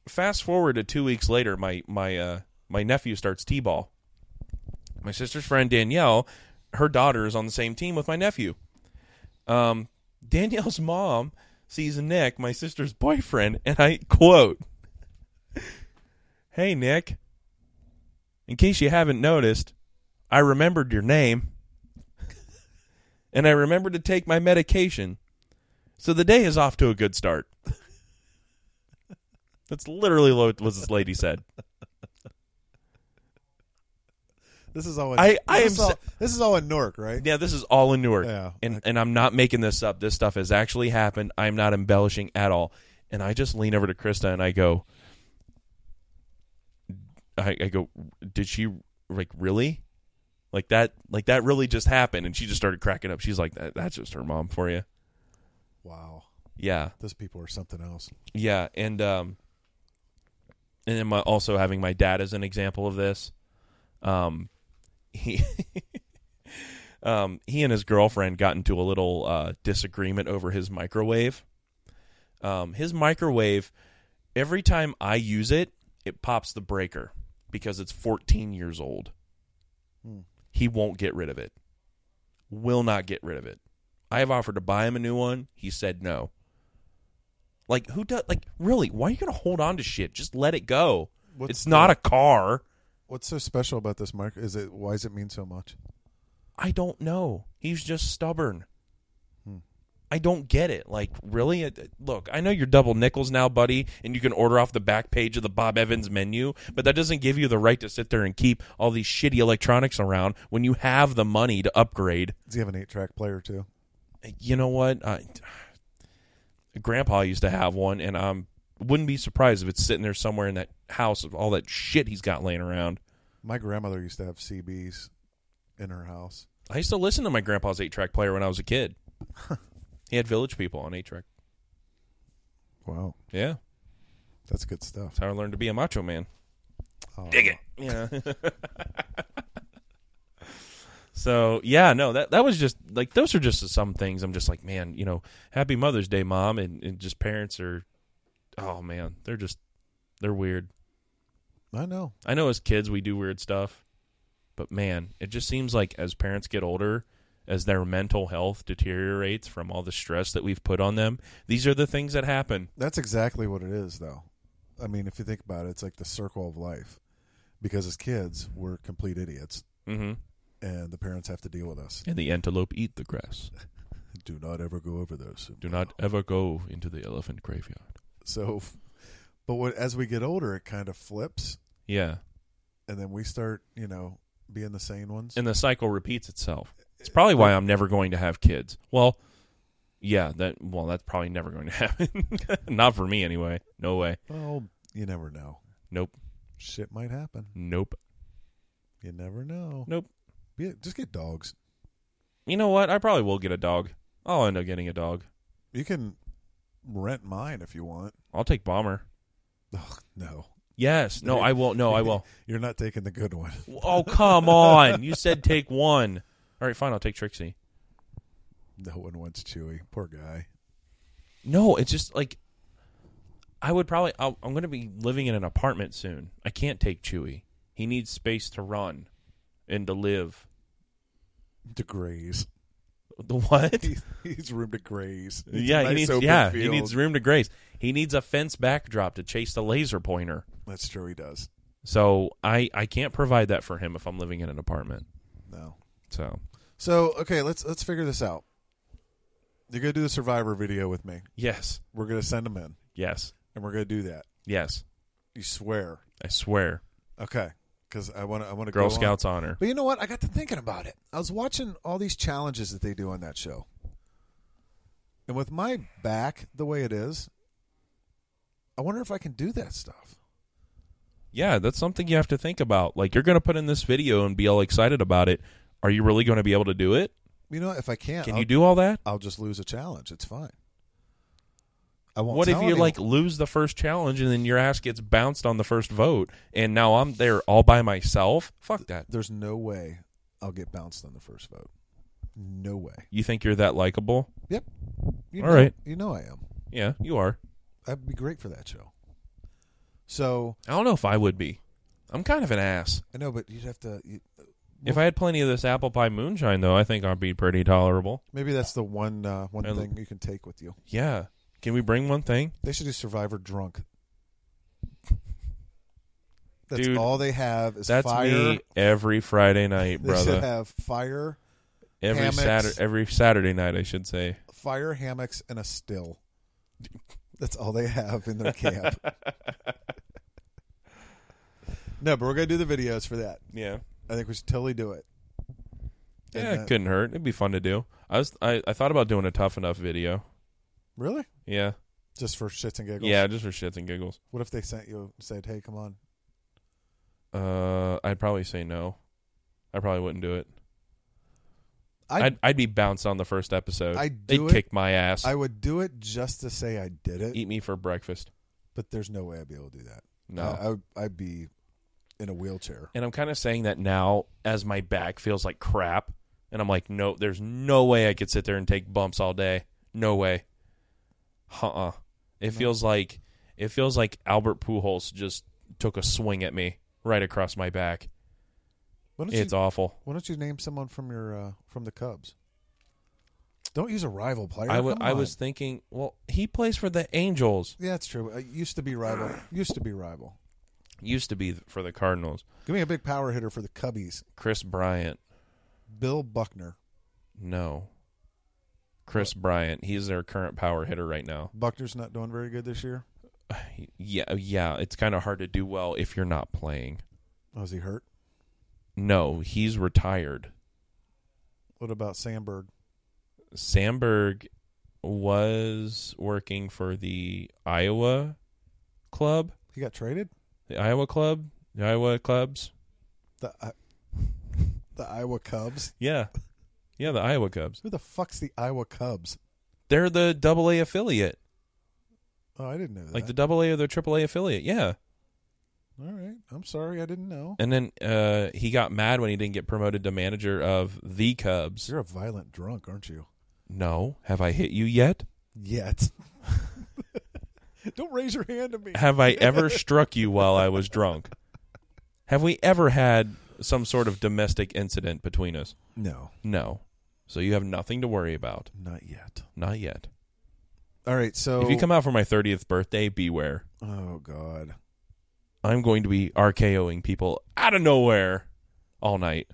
[SPEAKER 1] fast forward to two weeks later, my my uh my nephew starts T ball. My sister's friend Danielle, her daughter is on the same team with my nephew. Um Danielle's mom sees Nick, my sister's boyfriend, and I quote Hey Nick, in case you haven't noticed, I remembered your name and I remembered to take my medication. So the day is off to a good start. That's literally what what this lady said.
[SPEAKER 2] This is all. In,
[SPEAKER 1] I- I
[SPEAKER 2] this
[SPEAKER 1] am
[SPEAKER 2] All,
[SPEAKER 1] sa-
[SPEAKER 2] this is all in Newark, right?
[SPEAKER 1] Yeah, this is all in Newark,
[SPEAKER 2] Yeah.
[SPEAKER 1] and and I'm not making this up. This stuff has actually happened. I'm not embellishing at all. And I just lean over to Krista and I go, I, I go, did she like really? Like that, like that really just happened, and she just started cracking up. She's like, that, "That's just her mom for you."
[SPEAKER 2] Wow.
[SPEAKER 1] Yeah,
[SPEAKER 2] Those people are something else.
[SPEAKER 1] yeah, and um, and then my, also having my dad as an example of this, um, he, um, he and his girlfriend got into a little uh, disagreement over his microwave. Um, his microwave, every time I use it, it pops the breaker because it's 14 years old.
[SPEAKER 2] Hmm.
[SPEAKER 1] He won't get rid of it. Will not get rid of it. I have offered to buy him a new one. He said no. Like who does? Like really? Why are you gonna hold on to shit? Just let it go.
[SPEAKER 2] What's
[SPEAKER 1] it's not a car.
[SPEAKER 2] What's so special about this mic? Is it why does it mean so much?
[SPEAKER 1] I don't know. He's just stubborn.
[SPEAKER 2] Hmm.
[SPEAKER 1] I don't get it. Like really? It- it- Look, I know you're double nickels now, buddy, and you can order off the back page of the Bob Evans menu, but that doesn't give you the right to sit there and keep all these shitty electronics around when you have the money to upgrade.
[SPEAKER 2] Does he have an eight-track player too?
[SPEAKER 1] you know what? I, Grandpa used to have one, and I wouldn't be surprised if it's sitting there somewhere in that house of all that shit he's got laying around.
[SPEAKER 2] My grandmother used to have CBs in her house.
[SPEAKER 1] I used to listen to my grandpa's eight track player when I was a kid. he had Village People on eight track.
[SPEAKER 2] Wow,
[SPEAKER 1] Yeah,
[SPEAKER 2] that's good stuff.
[SPEAKER 1] that's how I learned to be a macho man.
[SPEAKER 2] Oh,
[SPEAKER 1] Yeah. so yeah, no, that that was just like those are just some things. I'm just like, man, you know, Happy Mother's Day, Mom, and, and just parents are, oh man, they're just they're weird.
[SPEAKER 2] I know.
[SPEAKER 1] I know as kids we do weird stuff, but man, it just seems like as parents get older, as their mental health deteriorates from all the stress that we've put on them, these are the things that happen.
[SPEAKER 2] That's exactly what it is, though. I mean, if you think about it, it's like the circle of life. Because as kids, we're complete idiots,
[SPEAKER 1] Mm-hmm.
[SPEAKER 2] and the parents have to deal with us.
[SPEAKER 1] And the antelope eat the grass.
[SPEAKER 2] Do not ever go over those.
[SPEAKER 1] Do not ever go into the elephant graveyard.
[SPEAKER 2] So, but what, as we get older, it kind of flips,
[SPEAKER 1] Yeah,
[SPEAKER 2] and then we start, you know, being the sane ones.
[SPEAKER 1] and the cycle repeats itself. It's probably why I'm never going to have kids. Well, yeah, that well, that's probably never going to happen. not for me anyway. No way.
[SPEAKER 2] well, you never know.
[SPEAKER 1] Nope.
[SPEAKER 2] Shit might happen.
[SPEAKER 1] Nope.
[SPEAKER 2] You never know.
[SPEAKER 1] Nope.
[SPEAKER 2] Be- just get dogs.
[SPEAKER 1] You know what? I probably will get a dog. I'll end up getting a dog.
[SPEAKER 2] You can rent mine if you want.
[SPEAKER 1] I'll take bomber.
[SPEAKER 2] Ugh, no,
[SPEAKER 1] Yes. No, I will. No, I will.
[SPEAKER 2] you're not taking the good one.
[SPEAKER 1] Oh, come on. You said take one. All right, fine. I'll take Trixie.
[SPEAKER 2] No one wants Chewy. Poor guy.
[SPEAKER 1] No, it's just like I would probably. I'll, I'm going to be living in an apartment soon. I can't take Chewy. He needs space to run and to live.
[SPEAKER 2] To graze.
[SPEAKER 1] The what?
[SPEAKER 2] He needs room to graze. Needs a
[SPEAKER 1] yeah,
[SPEAKER 2] nice
[SPEAKER 1] he needs.
[SPEAKER 2] open
[SPEAKER 1] Yeah, he
[SPEAKER 2] field.
[SPEAKER 1] needs room to graze. He needs a fence backdrop to chase the laser pointer.
[SPEAKER 2] That's true. He does.
[SPEAKER 1] So I I can't provide that for him if I'm living in an apartment.
[SPEAKER 2] No.
[SPEAKER 1] So
[SPEAKER 2] So okay, let's let's figure this out. You're gonna do the Survivor video with me.
[SPEAKER 1] yes,
[SPEAKER 2] We're gonna send them in,
[SPEAKER 1] yes,
[SPEAKER 2] and we're gonna do that.
[SPEAKER 1] yes.
[SPEAKER 2] You swear,
[SPEAKER 1] I swear,
[SPEAKER 2] okay? Because I want to. I want to.
[SPEAKER 1] Girl
[SPEAKER 2] go on.
[SPEAKER 1] Scouts honor.
[SPEAKER 2] But you know what? I got to thinking about it. I was watching all these challenges that they do on that show. And with my back the way it is, I wonder if I can do that stuff.
[SPEAKER 1] Yeah, that's something you have to think about. Like you're going to put in this video and be all excited about it. Are you really going to be able to do it?
[SPEAKER 2] You know, if I can't,
[SPEAKER 1] Can
[SPEAKER 2] I'll,
[SPEAKER 1] you do all that?
[SPEAKER 2] I'll just lose a challenge. It's fine. I won't.
[SPEAKER 1] What if
[SPEAKER 2] tell
[SPEAKER 1] you
[SPEAKER 2] anyone.
[SPEAKER 1] like lose the first challenge and then your ass gets bounced on the first vote and now I'm there all by myself? Fuck that.
[SPEAKER 2] There's no way I'll get bounced on the first vote. No way.
[SPEAKER 1] You think you're that likable?
[SPEAKER 2] Yep. You
[SPEAKER 1] All
[SPEAKER 2] know,
[SPEAKER 1] right.
[SPEAKER 2] You know I am.
[SPEAKER 1] Yeah, you are.
[SPEAKER 2] I'd be great for that show. So
[SPEAKER 1] I don't know if I would be. I'm kind of an ass.
[SPEAKER 2] I know, but you'd have to. You,
[SPEAKER 1] If I had plenty of this apple pie moonshine though, I think I'd be pretty tolerable.
[SPEAKER 2] maybe that's the one uh, one
[SPEAKER 1] And-
[SPEAKER 2] thing you can take with you.
[SPEAKER 1] Yeah. Can we bring one thing?
[SPEAKER 2] They should do Survivor drunk. That's
[SPEAKER 1] Dude,
[SPEAKER 2] all they have is
[SPEAKER 1] That's
[SPEAKER 2] fire.
[SPEAKER 1] me every Friday night,
[SPEAKER 2] they should
[SPEAKER 1] brother.
[SPEAKER 2] have fire,
[SPEAKER 1] Every
[SPEAKER 2] hammocks.
[SPEAKER 1] Saturday every Saturday night, I should say.
[SPEAKER 2] fire hammocks, and a still. That's all they have in their camp. no, but we're gonna do the videos for that.
[SPEAKER 1] Yeah.
[SPEAKER 2] I think we should totally do it. And,
[SPEAKER 1] Yeah,
[SPEAKER 2] uh,
[SPEAKER 1] it couldn't hurt. It'd be fun to do. I was I, I thought about doing a tough enough video.
[SPEAKER 2] Really?
[SPEAKER 1] Yeah.
[SPEAKER 2] just for shits and giggles.
[SPEAKER 1] Yeah, just for shits and giggles.
[SPEAKER 2] What if they sent you and said, "Hey, come on,
[SPEAKER 1] Uh, I'd probably say no. I probably wouldn't do it.
[SPEAKER 2] I'd-
[SPEAKER 1] I'd I'd, be bounced on the first episode.
[SPEAKER 2] I'd
[SPEAKER 1] They'd
[SPEAKER 2] do it.
[SPEAKER 1] kick my ass.
[SPEAKER 2] I would do it just to say I did it,
[SPEAKER 1] Eat me for breakfast.
[SPEAKER 2] but there's no way I'd be able to do that.
[SPEAKER 1] No.
[SPEAKER 2] I, I would, I'd be in a wheelchair.
[SPEAKER 1] and I'm kind of saying that now as my back feels like crap, and I'm like, no, there's no way I could sit there and take bumps all day. No way. Uh uh It feels like it feels like Albert Pujols just took a swing at me right across my back.
[SPEAKER 2] Why don't,
[SPEAKER 1] It's
[SPEAKER 2] you,
[SPEAKER 1] awful.
[SPEAKER 2] why don't you name someone from your uh, from the Cubs? Don't use a rival player.
[SPEAKER 1] I wa-
[SPEAKER 2] Come
[SPEAKER 1] I
[SPEAKER 2] on.
[SPEAKER 1] was thinking, well, he plays for the Angels.
[SPEAKER 2] Yeah, that's true. It used to be rival. Used to be rival.
[SPEAKER 1] Used to be for the Cardinals.
[SPEAKER 2] Give me a big power hitter for the Cubbies.
[SPEAKER 1] Chris Bryant.
[SPEAKER 2] Bill Buckner.
[SPEAKER 1] No. Chris Bryant. He's their current power hitter right now.
[SPEAKER 2] Buckner's not doing very good this year.
[SPEAKER 1] Yeah, yeah, it's kind of hard to do well if you're not playing.
[SPEAKER 2] Oh, is he hurt?
[SPEAKER 1] No, he's retired.
[SPEAKER 2] What about Sandberg?
[SPEAKER 1] Sandberg was working for the Iowa club,
[SPEAKER 2] He got traded.
[SPEAKER 1] the Iowa club, the Iowa clubs.
[SPEAKER 2] The I the Iowa Cubs.
[SPEAKER 1] Yeah. Yeah, the Iowa Cubs.
[SPEAKER 2] Who the fuck's the Iowa Cubs?
[SPEAKER 1] They're the double A affiliate,
[SPEAKER 2] Oh, I didn't know that.
[SPEAKER 1] like the double A or the triple A affiliate. Yeah.
[SPEAKER 2] All right. I'm sorry, I didn't know.
[SPEAKER 1] And then uh, he got mad when he didn't get promoted to manager of the Cubs.
[SPEAKER 2] You're a violent drunk, aren't you?
[SPEAKER 1] No. Have I hit you yet?
[SPEAKER 2] Yet. Don't raise your hand to me.
[SPEAKER 1] Have I ever struck you while I was drunk? Have we ever had some sort of domestic incident between us?
[SPEAKER 2] No,
[SPEAKER 1] No. So you have nothing to worry about.
[SPEAKER 2] not yet.
[SPEAKER 1] Not yet.
[SPEAKER 2] All right. So
[SPEAKER 1] If you come out for my 30th birthday, beware.
[SPEAKER 2] Oh God.
[SPEAKER 1] I'm going to be RKOing people out of nowhere all night.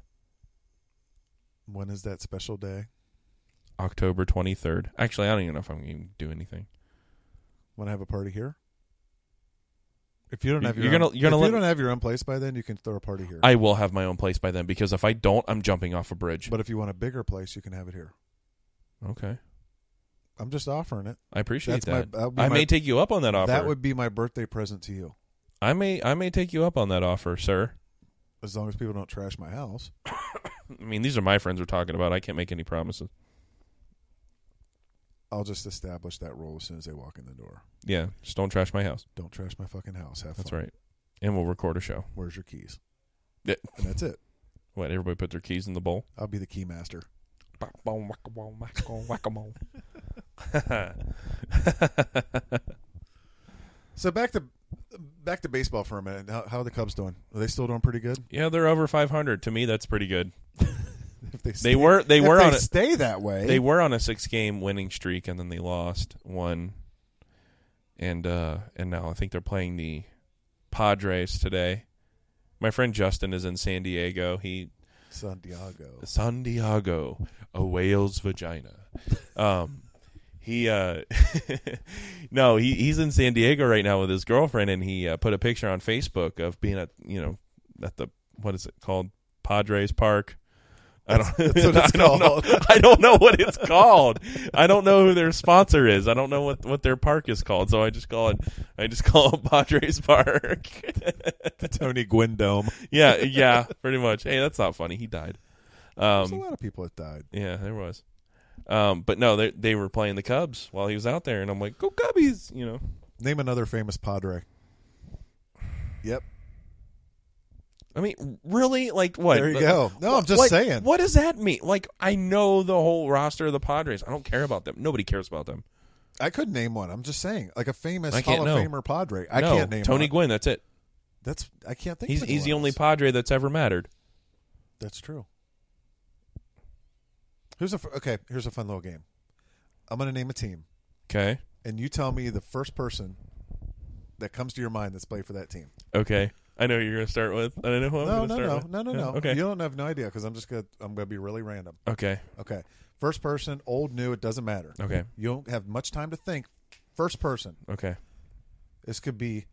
[SPEAKER 2] When is that special day?
[SPEAKER 1] October 23rd. Actually, I don't even know if I'm going to do anything.
[SPEAKER 2] Want to have a party here? If you don't
[SPEAKER 1] You-
[SPEAKER 2] have your
[SPEAKER 1] you're
[SPEAKER 2] own,
[SPEAKER 1] gonna- you're gonna
[SPEAKER 2] if you
[SPEAKER 1] let-
[SPEAKER 2] don't have your own place by then, you can throw a party here.
[SPEAKER 1] I will have my own place by then because if I don't, I'm jumping off a bridge.
[SPEAKER 2] but if you want a bigger place, you can have it here.
[SPEAKER 1] Okay.
[SPEAKER 2] I'm just offering it.
[SPEAKER 1] I appreciate
[SPEAKER 2] That's my-
[SPEAKER 1] that.
[SPEAKER 2] that'd be
[SPEAKER 1] I
[SPEAKER 2] my-
[SPEAKER 1] may take you up on that offer.
[SPEAKER 2] That would be my birthday present to you.
[SPEAKER 1] I may I may take you up on that offer, sir.
[SPEAKER 2] As long as people don't trash my house.
[SPEAKER 1] I mean, these are my friends we're talking about. I can't make any promises.
[SPEAKER 2] I'll just establish that rule as soon as they walk in the door.
[SPEAKER 1] Yeah, just don't trash my house.
[SPEAKER 2] Don't trash my fucking house. Have
[SPEAKER 1] That's
[SPEAKER 2] fun.
[SPEAKER 1] right. And we'll record a show.
[SPEAKER 2] Where's your keys?
[SPEAKER 1] Yeah.
[SPEAKER 2] And that's it.
[SPEAKER 1] What, everybody put their keys in the bowl?
[SPEAKER 2] I'll be the key master. So back to back to baseball for a minute. How, how are the Cubs doing? Are they still doing pretty good?
[SPEAKER 1] yeah, they're over 500. To me, that's pretty good.
[SPEAKER 2] If they
[SPEAKER 1] They were they
[SPEAKER 2] if
[SPEAKER 1] were on a,
[SPEAKER 2] stay that way.
[SPEAKER 1] they were on a six game winning streak, and then they lost one. And uh, and now I think they're playing the Padres today. My friend Justin is in San Diego. He
[SPEAKER 2] Santiago.
[SPEAKER 1] San Diego, a whale's vagina. Um, he uh, no, he he's in San Diego right now with his girlfriend, and he uh, put a picture on Facebook of being at you know at the what is it called Padres Park. I don't,
[SPEAKER 2] That's- that's what it's
[SPEAKER 1] I don't know.
[SPEAKER 2] called.
[SPEAKER 1] I don't know what it's called. I don't know who their sponsor is. I don't know what, what their park is called. So I just call it. I just call it Padres Park.
[SPEAKER 2] Tony Gwynn Dome.
[SPEAKER 1] yeah, yeah, pretty much. Hey, that's not funny. He died.
[SPEAKER 2] There's a
[SPEAKER 1] Um,
[SPEAKER 2] lot of people that died.
[SPEAKER 1] yeah, there was. Um, but no, they they were playing the Cubs while he was out there, and I'm like, go Cubbies, you know.
[SPEAKER 2] Name another famous Padre. Yep.
[SPEAKER 1] I mean, really, like what?
[SPEAKER 2] There you
[SPEAKER 1] The-
[SPEAKER 2] go. No, I'm just
[SPEAKER 1] what-
[SPEAKER 2] saying.
[SPEAKER 1] What does that mean? Like, I know the whole roster of the Padres. I don't care about them. Nobody cares about them.
[SPEAKER 2] I could name one. I'm just saying, like a famous
[SPEAKER 1] I
[SPEAKER 2] Hall
[SPEAKER 1] can't
[SPEAKER 2] of
[SPEAKER 1] know.
[SPEAKER 2] Famer Padre. I
[SPEAKER 1] No,
[SPEAKER 2] can't name
[SPEAKER 1] Tony
[SPEAKER 2] One.
[SPEAKER 1] Gwynn. That's it.
[SPEAKER 2] That's I can't think.
[SPEAKER 1] He's
[SPEAKER 2] of
[SPEAKER 1] he's the
[SPEAKER 2] anyone
[SPEAKER 1] only
[SPEAKER 2] else.
[SPEAKER 1] Padre that's ever mattered.
[SPEAKER 2] That's true. Here's a f- okay. Here's a fun little game. I'm gonna name a team,
[SPEAKER 1] Okay.
[SPEAKER 2] and you tell me the first person that comes to your mind that's played for that team.
[SPEAKER 1] Okay. I know who you're gonna start with. I don't know who I'm
[SPEAKER 2] No,
[SPEAKER 1] gonna
[SPEAKER 2] no,
[SPEAKER 1] Oh, start
[SPEAKER 2] no,
[SPEAKER 1] with.
[SPEAKER 2] no, no,
[SPEAKER 1] Yeah,
[SPEAKER 2] no.
[SPEAKER 1] Okay.
[SPEAKER 2] You don't have no idea because I'm just gonna I'm gonna be really random.
[SPEAKER 1] Okay.
[SPEAKER 2] Okay. First person, old, new, it doesn't matter.
[SPEAKER 1] Okay.
[SPEAKER 2] You don't have much time to think. First person.
[SPEAKER 1] Okay.
[SPEAKER 2] This could be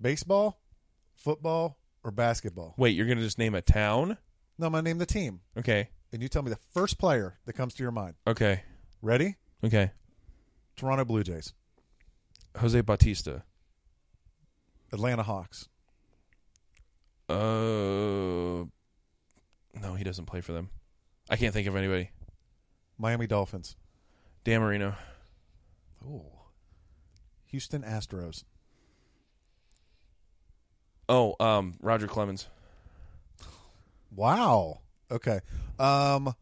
[SPEAKER 2] baseball, football, or basketball.
[SPEAKER 1] Wait, you're gonna just name a town?
[SPEAKER 2] No, I'm gonna name the team,
[SPEAKER 1] Okay.
[SPEAKER 2] and you tell me the first player that comes to your mind.
[SPEAKER 1] Okay.
[SPEAKER 2] Ready?
[SPEAKER 1] Okay.
[SPEAKER 2] Toronto Blue Jays.
[SPEAKER 1] Jose Bautista.
[SPEAKER 2] Atlanta Hawks.
[SPEAKER 1] Uh, no, he doesn't play for them. I can't think of anybody.
[SPEAKER 2] Miami Dolphins.
[SPEAKER 1] Dan Marino.
[SPEAKER 2] Oh. Houston Astros.
[SPEAKER 1] Oh, um, Roger Clemens.
[SPEAKER 2] Wow. Okay. Um,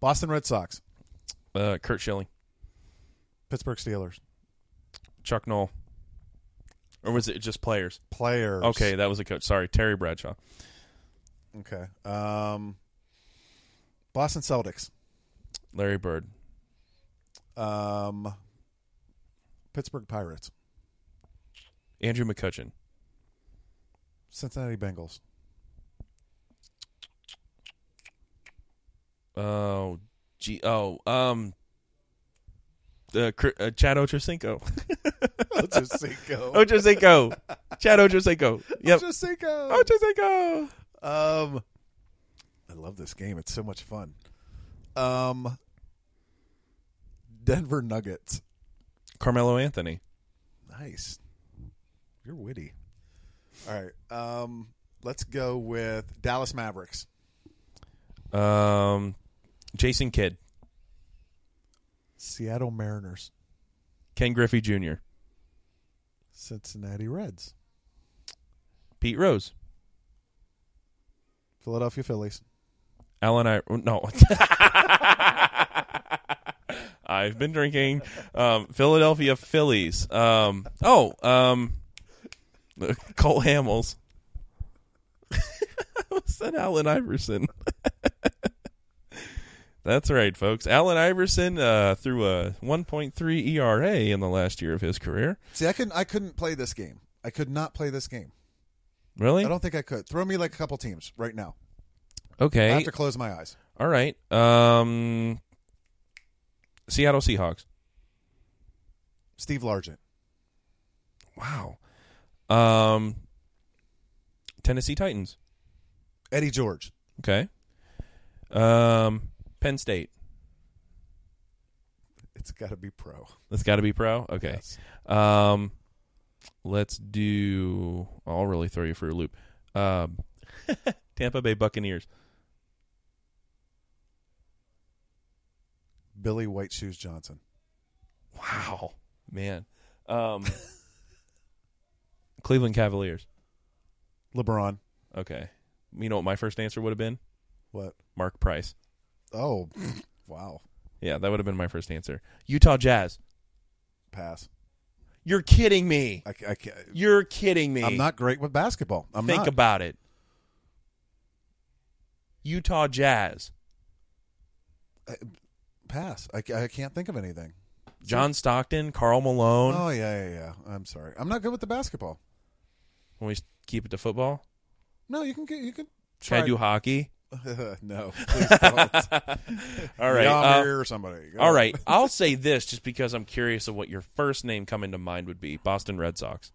[SPEAKER 2] Boston Red Sox.
[SPEAKER 1] Uh, Kurt Schilling.
[SPEAKER 2] Pittsburgh Steelers.
[SPEAKER 1] Chuck Knoll. Or was it just players?
[SPEAKER 2] Players.
[SPEAKER 1] Okay, that was a coach. Sorry, Terry Bradshaw.
[SPEAKER 2] Okay. Um, Boston Celtics.
[SPEAKER 1] Larry Bird.
[SPEAKER 2] Um, Pittsburgh Pirates.
[SPEAKER 1] Andrew McCutcheon.
[SPEAKER 2] Cincinnati Bengals.
[SPEAKER 1] Oh, gee. Oh, um, uh, Cr- uh, Chad Ochocinco.
[SPEAKER 2] Oh, Ochocinco.
[SPEAKER 1] Ochocinco. Chad Ochocinco. Yep.
[SPEAKER 2] Ochocinco.
[SPEAKER 1] Ochocinco.
[SPEAKER 2] Um, I love this game. It's so much fun. Um, Denver Nuggets.
[SPEAKER 1] Carmelo Anthony.
[SPEAKER 2] Nice. You're witty. All right. Um, let's go with Dallas Mavericks.
[SPEAKER 1] Um, Jason Kidd.
[SPEAKER 2] Seattle Mariners.
[SPEAKER 1] Ken Griffey Jr.
[SPEAKER 2] Cincinnati Reds.
[SPEAKER 1] Pete Rose.
[SPEAKER 2] Philadelphia Phillies.
[SPEAKER 1] Alan I oh, no. I've been drinking. Um, Philadelphia Phillies. Um, oh, um, Cole Hamels. What's that Allen Iverson? That's right, folks. Allen Iverson uh, threw a 1.3 ERA E in the last year of his career.
[SPEAKER 2] See, I couldn't. I couldn't play this game. I could not play this game.
[SPEAKER 1] Really?
[SPEAKER 2] I don't think I could. Throw me like a couple teams right now. I
[SPEAKER 1] Okay.
[SPEAKER 2] have to close my eyes.
[SPEAKER 1] All right. Um, Seattle Seahawks.
[SPEAKER 2] Steve Largent.
[SPEAKER 1] Wow. Um Tennessee Titans.
[SPEAKER 2] Eddie George.
[SPEAKER 1] Okay. Um Penn State.
[SPEAKER 2] It's got to be pro.
[SPEAKER 1] That's got to be pro. Okay.
[SPEAKER 2] Yes.
[SPEAKER 1] Um let's do I'll really throw you for a loop. Um Tampa Bay Buccaneers.
[SPEAKER 2] Billy White Shoes Johnson.
[SPEAKER 1] Wow. Man. Um Cleveland Cavaliers.
[SPEAKER 2] LeBron.
[SPEAKER 1] Okay. You know what my first answer would have been?
[SPEAKER 2] What?
[SPEAKER 1] Mark Price.
[SPEAKER 2] Oh, wow.
[SPEAKER 1] Yeah, that would have been my first answer. Utah Jazz.
[SPEAKER 2] Pass.
[SPEAKER 1] You're kidding me.
[SPEAKER 2] I, I can't.
[SPEAKER 1] You're kidding me.
[SPEAKER 2] Uh, I'm not great with basketball. I'm
[SPEAKER 1] Think
[SPEAKER 2] not.
[SPEAKER 1] about it. Utah Jazz.
[SPEAKER 2] Pass. I, ca- I can't think of anything.
[SPEAKER 1] John Stockton, Carl Malone.
[SPEAKER 2] Oh yeah, yeah, yeah. I'm sorry. I'm not good with the basketball.
[SPEAKER 1] When we keep it to football,
[SPEAKER 2] No, you can get. You can
[SPEAKER 1] Should
[SPEAKER 2] try.
[SPEAKER 1] I do hockey?
[SPEAKER 2] no, please don't.
[SPEAKER 1] All right. uh,
[SPEAKER 2] Yammer or somebody. Go
[SPEAKER 1] all
[SPEAKER 2] on.
[SPEAKER 1] right. I'll say this just because I'm curious of what your first name coming to mind would be Boston Red Sox.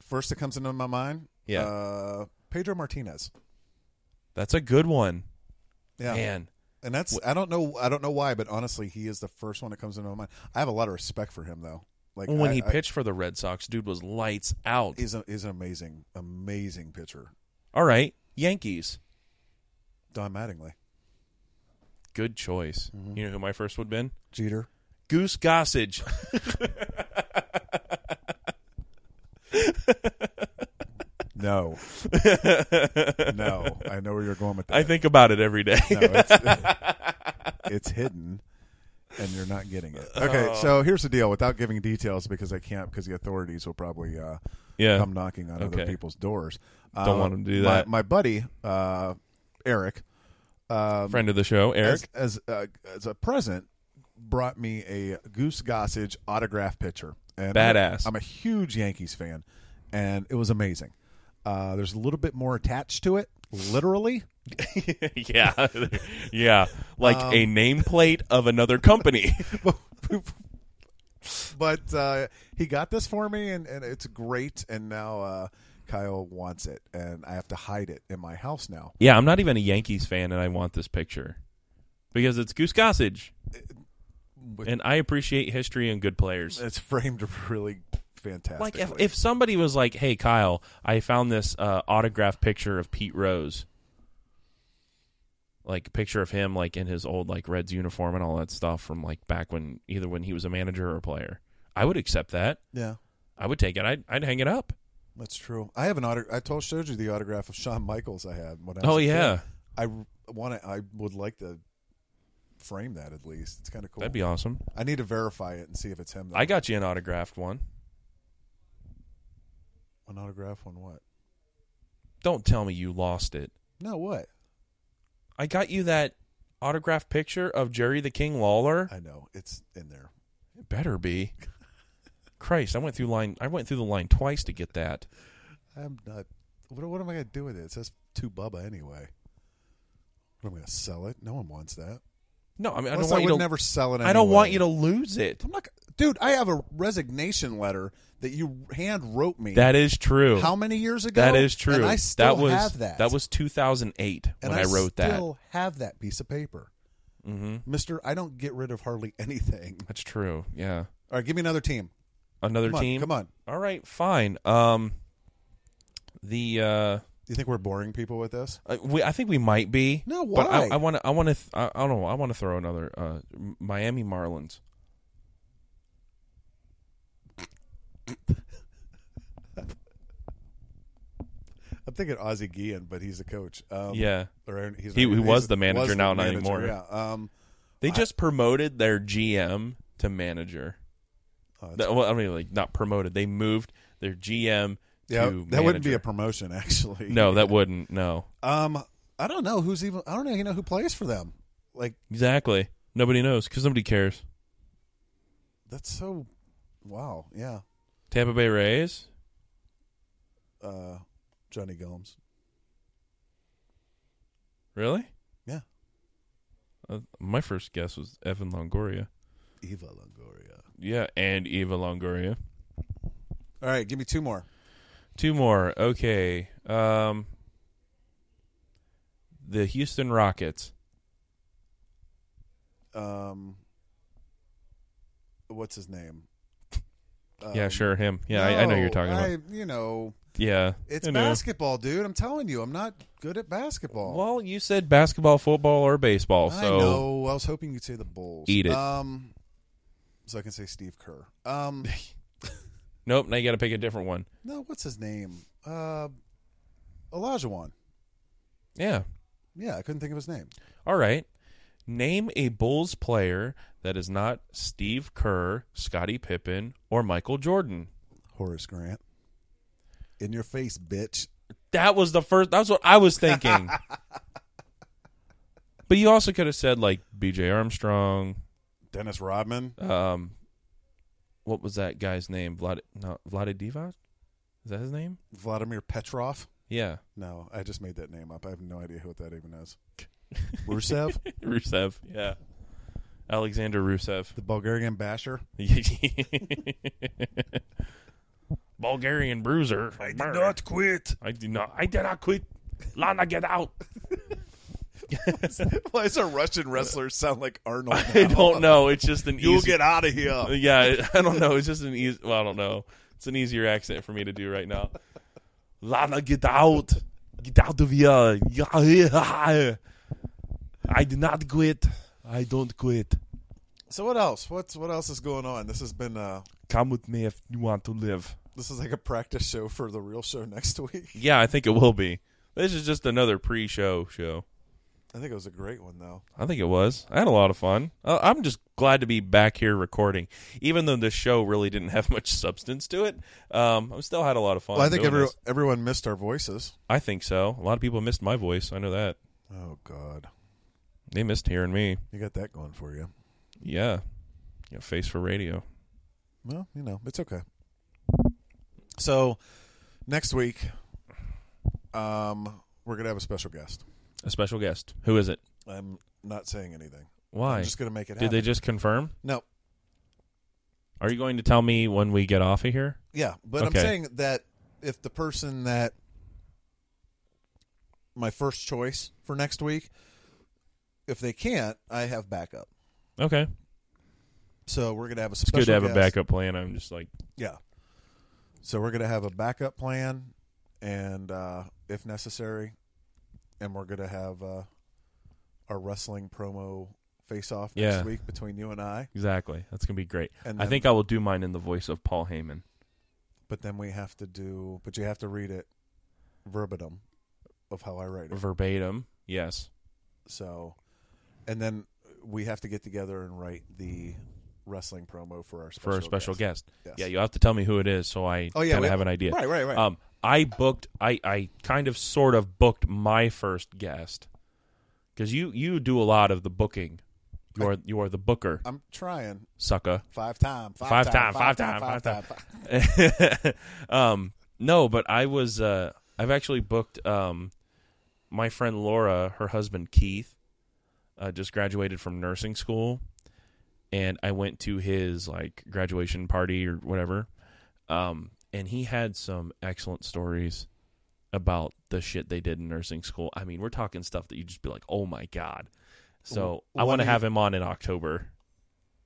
[SPEAKER 2] First that comes into my mind.
[SPEAKER 1] Yeah.
[SPEAKER 2] Uh, Pedro Martinez.
[SPEAKER 1] That's a good one.
[SPEAKER 2] Yeah.
[SPEAKER 1] Man.
[SPEAKER 2] And that's I don't know I don't know why, but honestly, he is the first one that comes into my mind. I have a lot of respect for him though. Like
[SPEAKER 1] When
[SPEAKER 2] I-
[SPEAKER 1] he
[SPEAKER 2] I-
[SPEAKER 1] pitched for the Red Sox, dude was lights out.
[SPEAKER 2] he's a, he's an amazing amazing pitcher.
[SPEAKER 1] All right. Yankees.
[SPEAKER 2] Don Mattingly,
[SPEAKER 1] Good choice.
[SPEAKER 2] Mm-hmm.
[SPEAKER 1] You know who my first would have been?
[SPEAKER 2] Jeter.
[SPEAKER 1] Goose Gossage.
[SPEAKER 2] No, no, I know where you're going with that.
[SPEAKER 1] I think about it every day.
[SPEAKER 2] no, it's, it's hidden, and you're not getting it.
[SPEAKER 1] Oh.
[SPEAKER 2] Okay, so here's the deal. Without giving details, because I can't, because the authorities will probably uh,
[SPEAKER 1] yeah.
[SPEAKER 2] come knocking on other
[SPEAKER 1] Okay.
[SPEAKER 2] people's doors.
[SPEAKER 1] Don't
[SPEAKER 2] Um,
[SPEAKER 1] want 'em to do
[SPEAKER 2] my-
[SPEAKER 1] that.
[SPEAKER 2] My, buddy uh, Eric, um,
[SPEAKER 1] friend of the show, Eric.
[SPEAKER 2] as as, uh, as a present, brought me a Goose Gossage autograph picture. And I'm a-
[SPEAKER 1] Badass.
[SPEAKER 2] I'm a huge Yankees fan, and it was amazing. Uh, there's a little bit more attached to it, literally.
[SPEAKER 1] yeah, yeah, like a nameplate of another company.
[SPEAKER 2] but uh, he got this for me, and, and it's great. And now uh, Kyle wants it, and I have to hide it in my house now.
[SPEAKER 1] yeah, I'm not even a Yankees fan, and I want this picture because it's Goose Gossage.
[SPEAKER 2] But
[SPEAKER 1] and I appreciate history and good players.
[SPEAKER 2] it's framed really fantastic.
[SPEAKER 1] Like if, if somebody was like, "Hey Kyle, I found this uh, autograph picture of Pete Rose." Like picture of him like in his old like Reds uniform and all that stuff from like back when either when he was a manager or a player. I would accept that.
[SPEAKER 2] yeah,
[SPEAKER 1] I would take it. I'd, I'd hang it up.
[SPEAKER 2] that's true. I have an auto. I told showed you the autograph of Shawn Michaels I had when I was
[SPEAKER 1] Oh
[SPEAKER 2] a kid.
[SPEAKER 1] yeah.
[SPEAKER 2] I want to. I would like to frame that at least. It's kind of cool.
[SPEAKER 1] That'd be awesome.
[SPEAKER 2] I need to verify it and see if it's him. Though.
[SPEAKER 1] I got you an autographed one.
[SPEAKER 2] an autograph on what?
[SPEAKER 1] Don't tell me you lost it.
[SPEAKER 2] No, what?
[SPEAKER 1] I got you that autographed picture of Jerry the King Lawler.
[SPEAKER 2] I know it's in there.
[SPEAKER 1] It better be. Christ, I went through line I went through the line twice to get that.
[SPEAKER 2] I'm not. What, what am I gonna do with it? It says to Bubba anyway. What am I gonna sell it? No one wants that.
[SPEAKER 1] No, I mean I
[SPEAKER 2] Plus,
[SPEAKER 1] don't
[SPEAKER 2] I,
[SPEAKER 1] want you
[SPEAKER 2] would
[SPEAKER 1] to
[SPEAKER 2] never sell it. Anyway.
[SPEAKER 1] I don't want you to lose it.
[SPEAKER 2] I'm not. g- Dude, I have a resignation letter that you hand wrote me.
[SPEAKER 1] That is true.
[SPEAKER 2] how many years ago?
[SPEAKER 1] that is true.
[SPEAKER 2] And I still
[SPEAKER 1] that was
[SPEAKER 2] have that.
[SPEAKER 1] was 2008
[SPEAKER 2] and
[SPEAKER 1] when I, wrote that.
[SPEAKER 2] Still have that piece of paper,
[SPEAKER 1] Mhm.
[SPEAKER 2] Mister. I don't get rid of hardly anything.
[SPEAKER 1] That's true. Yeah.
[SPEAKER 2] All right, give me another team.
[SPEAKER 1] Another
[SPEAKER 2] Come on,
[SPEAKER 1] team.
[SPEAKER 2] come on.
[SPEAKER 1] All right, fine. Um the uh
[SPEAKER 2] You think we're boring people with this?
[SPEAKER 1] I- Uh, we, I think we might be.
[SPEAKER 2] No,
[SPEAKER 1] But I-
[SPEAKER 2] why?
[SPEAKER 1] I want to. I want to. I, I don't know. I want to throw another uh, M- Miami Marlins.
[SPEAKER 2] I'm thinking Ozzie Guillen, but he's the coach. Um,
[SPEAKER 1] yeah,
[SPEAKER 2] or he's
[SPEAKER 1] He- he
[SPEAKER 2] he's-
[SPEAKER 1] was the manager, now not
[SPEAKER 2] manager,
[SPEAKER 1] anymore.
[SPEAKER 2] Yeah. Um,
[SPEAKER 1] they
[SPEAKER 2] I-
[SPEAKER 1] just promoted their GM to manager.
[SPEAKER 2] oh, that's-
[SPEAKER 1] That- well, I mean, like not promoted. They moved their GM
[SPEAKER 2] yeah, that
[SPEAKER 1] to.
[SPEAKER 2] wouldn't be a
[SPEAKER 1] manager.
[SPEAKER 2] promotion, actually.
[SPEAKER 1] No, that wouldn't. No,
[SPEAKER 2] Um, I don't know who's even. I don't know. You know who plays for them? Like
[SPEAKER 1] exactly. Nobody knows because nobody cares.
[SPEAKER 2] that's so. Wow. Yeah.
[SPEAKER 1] Tampa Bay Rays.
[SPEAKER 2] Uh, Johnny Gomes.
[SPEAKER 1] Really?
[SPEAKER 2] Yeah.
[SPEAKER 1] Uh, my first guess was Evan Longoria.
[SPEAKER 2] Eva Longoria.
[SPEAKER 1] Yeah, and Eva Longoria.
[SPEAKER 2] All right, give me two more.
[SPEAKER 1] Two more. Okay. Um, the Houston Rockets.
[SPEAKER 2] Um, what's his name?
[SPEAKER 1] yeah,
[SPEAKER 2] Um,
[SPEAKER 1] sure. Him. Yeah, I, I know who you're
[SPEAKER 2] no,
[SPEAKER 1] talking
[SPEAKER 2] I,
[SPEAKER 1] about.
[SPEAKER 2] You know,
[SPEAKER 1] Yeah.
[SPEAKER 2] it's
[SPEAKER 1] I know.
[SPEAKER 2] basketball, dude. I'm telling you, I'm not good at basketball.
[SPEAKER 1] Well, you said basketball, football, or baseball.
[SPEAKER 2] I
[SPEAKER 1] so
[SPEAKER 2] know. I was hoping you'd say the Bulls.
[SPEAKER 1] Eat it.
[SPEAKER 2] Um, so I can say Steve Kerr. Um,
[SPEAKER 1] nope. Now you got to pick a different one.
[SPEAKER 2] no, what's his name? Uh, Olajuwon.
[SPEAKER 1] Yeah.
[SPEAKER 2] Yeah, I couldn't think of his name.
[SPEAKER 1] All right. Name a Bulls player that is not Steve Kerr, Scottie Pippen, or Michael Jordan.
[SPEAKER 2] Horace Grant. In your face, bitch.
[SPEAKER 1] That was the first. That's what I was thinking. but you also could have said like B.J. Armstrong.
[SPEAKER 2] Dennis Rodman.
[SPEAKER 1] um, what was that guy's name? Vlad, no, Vlade Divac? Is that his name?
[SPEAKER 2] Vladimir Petrov.
[SPEAKER 1] Yeah,
[SPEAKER 2] No, I just made that name up. I have no idea what that even is. Rusev,
[SPEAKER 1] Rusev. Yeah, Alexander Rusev.
[SPEAKER 2] the Bulgarian basher. Bulgarian
[SPEAKER 1] bruiser.
[SPEAKER 2] quit.
[SPEAKER 1] I did not. I did not quit. Lana, get out.
[SPEAKER 2] Why does a Russian wrestler sound like Arnold?
[SPEAKER 1] I don't know. It's just an easy.
[SPEAKER 2] out of here.
[SPEAKER 1] yeah, I don't know. It's just an easy. Well, I don't know. It's an easier accent for me to do right now. Lana, get out. Get out of here. Yeah. I did not quit. I don't quit.
[SPEAKER 2] So what else? What's what else is going on? This has been uh
[SPEAKER 1] Come with me if you want to live.
[SPEAKER 2] this is like a practice show for the real show next week.
[SPEAKER 1] Yeah, I think it will be. This is just another pre-show show.
[SPEAKER 2] I think it was a great one though.
[SPEAKER 1] I think it was. I had a lot of fun. Uh, I'm just glad to be back here recording, even though the show really didn't have much substance to it. Um, I still had a lot of fun.
[SPEAKER 2] Well, I think
[SPEAKER 1] doing
[SPEAKER 2] every,
[SPEAKER 1] this.
[SPEAKER 2] everyone missed our voices.
[SPEAKER 1] I think so. A lot of people missed my voice. I know that
[SPEAKER 2] Oh God,
[SPEAKER 1] they missed hearing me.
[SPEAKER 2] you got that going for you.
[SPEAKER 1] Yeah, yeah face for radio.
[SPEAKER 2] Well, you know it's okay. So next week, um, we're gonna have a special guest.
[SPEAKER 1] A special guest. Who is it?
[SPEAKER 2] I'm not saying anything.
[SPEAKER 1] Why?
[SPEAKER 2] I'm just gonna make it
[SPEAKER 1] Did
[SPEAKER 2] happen.
[SPEAKER 1] they just confirm?
[SPEAKER 2] no,
[SPEAKER 1] Are you going to tell me when we get off of here?
[SPEAKER 2] yeah, but
[SPEAKER 1] Okay.
[SPEAKER 2] I'm saying that if the person that my first choice for next week, if they can't, I have backup.
[SPEAKER 1] Okay.
[SPEAKER 2] So we're gonna have a
[SPEAKER 1] It's
[SPEAKER 2] special.
[SPEAKER 1] good to have a
[SPEAKER 2] guest.
[SPEAKER 1] backup plan. I'm just like,
[SPEAKER 2] Yeah. So we're gonna have a backup plan, and uh, if necessary, and we're gonna have uh, a wrestling promo face off next
[SPEAKER 1] Yeah.
[SPEAKER 2] week between you and I.
[SPEAKER 1] exactly. That's gonna be great.
[SPEAKER 2] And
[SPEAKER 1] I
[SPEAKER 2] then-
[SPEAKER 1] think I will do mine in the voice of Paul Heyman.
[SPEAKER 2] But then we have to do. But you have to read it verbatim of how I write it.
[SPEAKER 1] Verbatim. Yes.
[SPEAKER 2] So, and then we have to get together and write the wrestling promo for our special
[SPEAKER 1] For a special
[SPEAKER 2] guest.
[SPEAKER 1] guest.
[SPEAKER 2] Yes.
[SPEAKER 1] Yeah, you'll have to tell me who it is so I
[SPEAKER 2] Oh, yeah,
[SPEAKER 1] kinda
[SPEAKER 2] we-
[SPEAKER 1] have an idea.
[SPEAKER 2] Right, right, right.
[SPEAKER 1] Um, I booked. I, I kind of sort of booked my first guest because you you do a lot of the booking. You're you're the booker,
[SPEAKER 2] I'm trying
[SPEAKER 1] sucker.
[SPEAKER 2] five time, five,
[SPEAKER 1] Five time,
[SPEAKER 2] time,
[SPEAKER 1] five time, five time.
[SPEAKER 2] five
[SPEAKER 1] um, no, but I was. Uh, I've actually booked. Um, my friend Laura, her husband Keith, uh, just graduated from nursing school, and I went to his like graduation party or whatever. Um, and he had some excellent stories about the shit they did in nursing school. I mean, we're talking stuff that you just be like, "Oh my god!" So
[SPEAKER 2] Wh-
[SPEAKER 1] I
[SPEAKER 2] what
[SPEAKER 1] want to
[SPEAKER 2] are you-
[SPEAKER 1] have him on in October.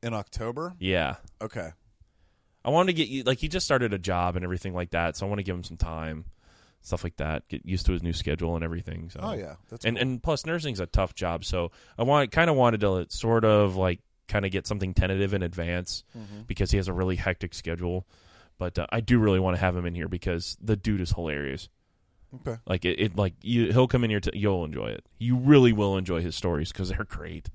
[SPEAKER 2] In October,
[SPEAKER 1] Yeah.
[SPEAKER 2] okay.
[SPEAKER 1] I wanted to get you like he just started a job and everything like that, so I want to give him some time, stuff like that, get used to his new schedule and everything. So.
[SPEAKER 2] Oh yeah, that's
[SPEAKER 1] and
[SPEAKER 2] cool.
[SPEAKER 1] and plus nursing's a tough job, so I want kind of wanted to sort of like kind of get something tentative in advance
[SPEAKER 2] Mhm.
[SPEAKER 1] because he has a really hectic schedule. But uh, I do really want to have him in here because the dude is hilarious.
[SPEAKER 2] okay.
[SPEAKER 1] Like it, it like you, he'll come in here. T- you'll enjoy it. You really will enjoy his stories because they're great.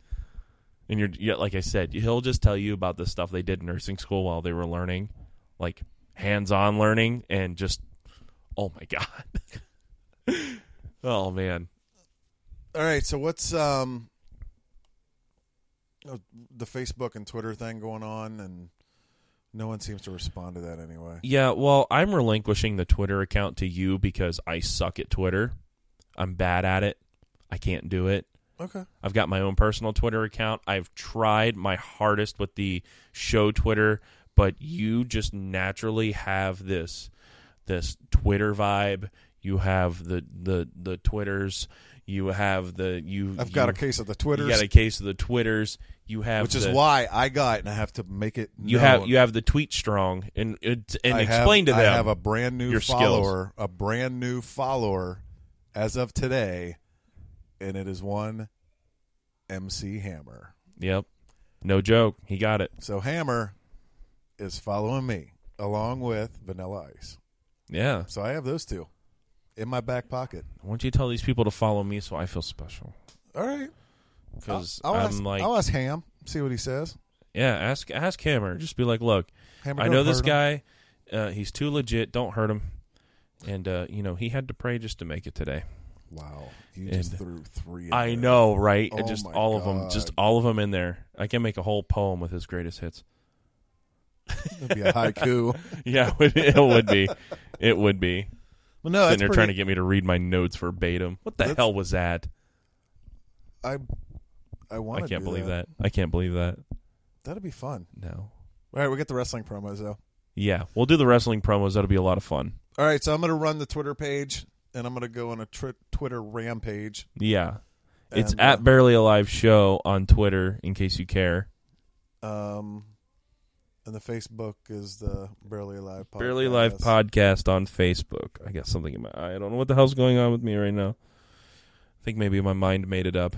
[SPEAKER 1] And you're yeah, like I said, he'll just tell you about the stuff they did in nursing school while they were learning, like hands-on learning, and just oh my god, oh man,
[SPEAKER 2] All right. So what's um oh, the Facebook and Twitter thing going on, and no one seems to respond to that anyway.
[SPEAKER 1] yeah. Well, I'm relinquishing the Twitter account to you because I suck at Twitter. I'm bad at it. I can't do it.
[SPEAKER 2] Okay.
[SPEAKER 1] I've got my own personal Twitter account. I've tried my hardest with the show Twitter, but you just naturally have this this Twitter vibe. You have the the the Twitters. You have the you.
[SPEAKER 2] I've got
[SPEAKER 1] you-
[SPEAKER 2] a case of the
[SPEAKER 1] You
[SPEAKER 2] Twitters,
[SPEAKER 1] got a case of the Twitters. You have
[SPEAKER 2] which is
[SPEAKER 1] the-
[SPEAKER 2] why I got, and I have to make it.
[SPEAKER 1] you
[SPEAKER 2] known.
[SPEAKER 1] have you have the tweet strong and it, and
[SPEAKER 2] I have-
[SPEAKER 1] explain to them.
[SPEAKER 2] I have a brand new
[SPEAKER 1] your skills.
[SPEAKER 2] follower, a brand new follower as of today, and it is one MC Hammer.
[SPEAKER 1] yep, no joke. He got it.
[SPEAKER 2] So Hammer is following me along with Vanilla Ice.
[SPEAKER 1] Yeah.
[SPEAKER 2] So I have those two in my back pocket.
[SPEAKER 1] Why don't you tell these people to follow me so I feel special?
[SPEAKER 2] All right. I'll-
[SPEAKER 1] Because
[SPEAKER 2] I'll
[SPEAKER 1] I'm
[SPEAKER 2] ask,
[SPEAKER 1] like
[SPEAKER 2] I'll ask Ham, see what he says.
[SPEAKER 1] Yeah, ask ask Hammer. Just be like, look,
[SPEAKER 2] Hammer,
[SPEAKER 1] I
[SPEAKER 2] don't
[SPEAKER 1] know this
[SPEAKER 2] hurt him.
[SPEAKER 1] guy. Uh, he's too legit. Don't hurt him. And uh, you know he had to pray just to make it today.
[SPEAKER 2] Wow, you just
[SPEAKER 1] And-
[SPEAKER 2] threw three. in
[SPEAKER 1] I
[SPEAKER 2] there.
[SPEAKER 1] know, right?
[SPEAKER 2] Oh
[SPEAKER 1] just
[SPEAKER 2] my
[SPEAKER 1] all of them, just
[SPEAKER 2] God.
[SPEAKER 1] all of them in there. I can make a whole poem with his greatest hits.
[SPEAKER 2] That'd be a haiku.
[SPEAKER 1] Yeah, it would, it would be, it would be.
[SPEAKER 2] well, no,
[SPEAKER 1] Sitting
[SPEAKER 2] that's
[SPEAKER 1] there
[SPEAKER 2] pretty,
[SPEAKER 1] trying to get me to read my notes verbatim. What the
[SPEAKER 2] That's-
[SPEAKER 1] hell was that?
[SPEAKER 2] I, I want.
[SPEAKER 1] I can't believe that. I can't believe that.
[SPEAKER 2] That'd be fun.
[SPEAKER 1] No.
[SPEAKER 2] All right, we get the wrestling promos though.
[SPEAKER 1] Yeah, we'll do the wrestling promos. That'll be a lot of fun.
[SPEAKER 2] All right, so I'm going to run the Twitter page and I'm going to go on a tr- Twitter rampage.
[SPEAKER 1] Yeah, it's
[SPEAKER 2] And,
[SPEAKER 1] at
[SPEAKER 2] uh,
[SPEAKER 1] Barely Alive Show on Twitter. In case you care.
[SPEAKER 2] um, and the Facebook is the Barely Alive Podcast.
[SPEAKER 1] Barely Live Podcast on Facebook. I got something in my eye. I don't know what the hell's going on with me right now. I think maybe my mind made it up.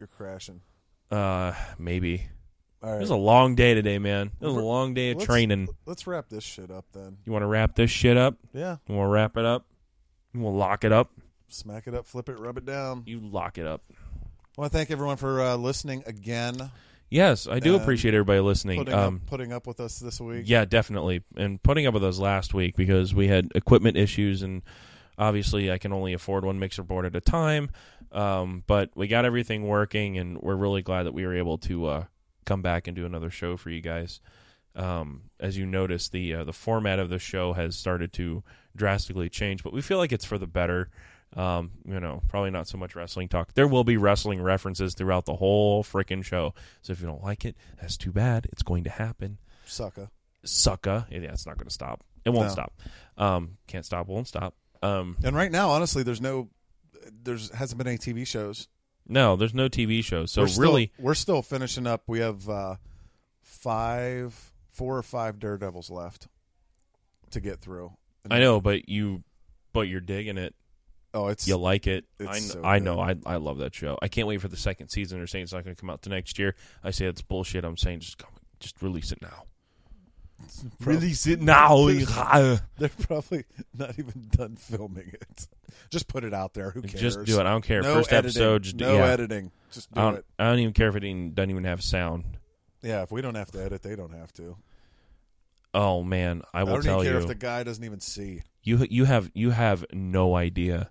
[SPEAKER 2] You're crashing.
[SPEAKER 1] Uh, maybe.
[SPEAKER 2] All right,
[SPEAKER 1] It was a long day today, man. It was a
[SPEAKER 2] Let's-
[SPEAKER 1] long day of
[SPEAKER 2] let's-
[SPEAKER 1] training.
[SPEAKER 2] let's wrap this shit up then.
[SPEAKER 1] You want to wrap this shit up?
[SPEAKER 2] Yeah,
[SPEAKER 1] You want to wrap it up? You want to lock it up?
[SPEAKER 2] smack it up, flip it, rub it down.
[SPEAKER 1] You lock it up.
[SPEAKER 2] I want to thank everyone for uh, listening again,
[SPEAKER 1] Yes, I do
[SPEAKER 2] And
[SPEAKER 1] appreciate everybody listening.
[SPEAKER 2] putting
[SPEAKER 1] Um,
[SPEAKER 2] up, putting up with us this week.
[SPEAKER 1] yeah, definitely. And putting up with us last week because we had equipment issues, and obviously I can only afford one mixer board at a time. Um, but we got everything working, and we're really glad that we were able to uh, come back and do another show for you guys. Um, as you notice, the uh, the format of the show has started to drastically change, but we feel like it's for the better. Um, you know, probably not so much wrestling talk. There will be wrestling references throughout the whole freaking show. So if you don't like it, that's too bad. It's going to happen
[SPEAKER 2] sucker.
[SPEAKER 1] sucker. Yeah, it's not going to stop. It won't
[SPEAKER 2] No.
[SPEAKER 1] stop. Um, can't stop. Won't stop. Um,
[SPEAKER 2] And right now, honestly, there's no, there's hasn't been any TV shows.
[SPEAKER 1] no, there's no TV show. So
[SPEAKER 2] we're
[SPEAKER 1] really,
[SPEAKER 2] still, we're still finishing up. We have uh, five, four or five Daredevils left to get through.
[SPEAKER 1] I know, but you, but you're digging it.
[SPEAKER 2] Oh, it's
[SPEAKER 1] You like it. I,
[SPEAKER 2] It's
[SPEAKER 1] kn-
[SPEAKER 2] so
[SPEAKER 1] I
[SPEAKER 2] good.
[SPEAKER 1] know. I I love that show. I can't wait for the second season. They're saying it's not going to come out to next year. I say it's bullshit. I'm saying just come, just release it now.
[SPEAKER 2] prob-
[SPEAKER 1] it now.
[SPEAKER 2] They're probably not even done filming it. Just put it out there. Who cares?
[SPEAKER 1] Just do it. I don't care.
[SPEAKER 2] No
[SPEAKER 1] First
[SPEAKER 2] editing.
[SPEAKER 1] episode. Just do,
[SPEAKER 2] no
[SPEAKER 1] yeah.
[SPEAKER 2] editing. Just do
[SPEAKER 1] I don't,
[SPEAKER 2] it.
[SPEAKER 1] I don't even care if it even, doesn't even have sound.
[SPEAKER 2] Yeah, if we don't have to edit, they don't have to.
[SPEAKER 1] Oh man, I
[SPEAKER 2] I
[SPEAKER 1] will
[SPEAKER 2] don't
[SPEAKER 1] tell
[SPEAKER 2] even care
[SPEAKER 1] you.
[SPEAKER 2] if the guy doesn't even see.
[SPEAKER 1] you you have you have no idea.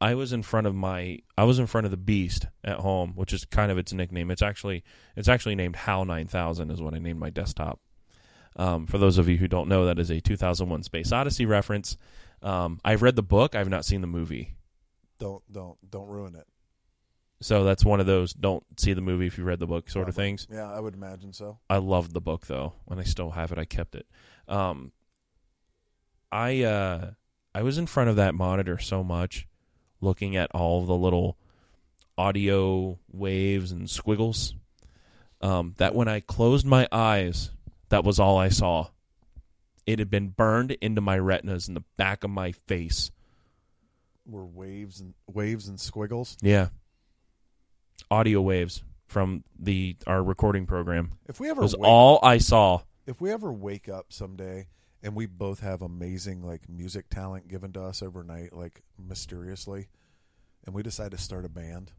[SPEAKER 1] I was in front of my I was in front of the beast at home, which is kind of its nickname. It's actually it's actually named HAL 9000 is what I named my desktop. Um, for those of you who don't know, that is a 2001 Space Odyssey reference. Um, I've read the book. I've not seen the movie,
[SPEAKER 2] Don't don't don't ruin it.
[SPEAKER 1] so that's one of those don't see the movie if you read the book sort of
[SPEAKER 2] Probably.
[SPEAKER 1] things.
[SPEAKER 2] Yeah, I would imagine so.
[SPEAKER 1] I loved the book though. When I still have it, I kept it. Um, I uh, I was in front of that monitor so much, looking at all the little audio waves and squiggles, um, that when I closed my eyes, that was all I saw. It had been burned into my retinas in the back of my face.
[SPEAKER 2] Were waves and waves and squiggles.
[SPEAKER 1] Yeah, audio waves from the our recording program
[SPEAKER 2] If we ever
[SPEAKER 1] was
[SPEAKER 2] wake,
[SPEAKER 1] all I saw.
[SPEAKER 2] if we ever wake up someday and we both have amazing like music talent given to us overnight, like mysteriously, and we decide to start a band,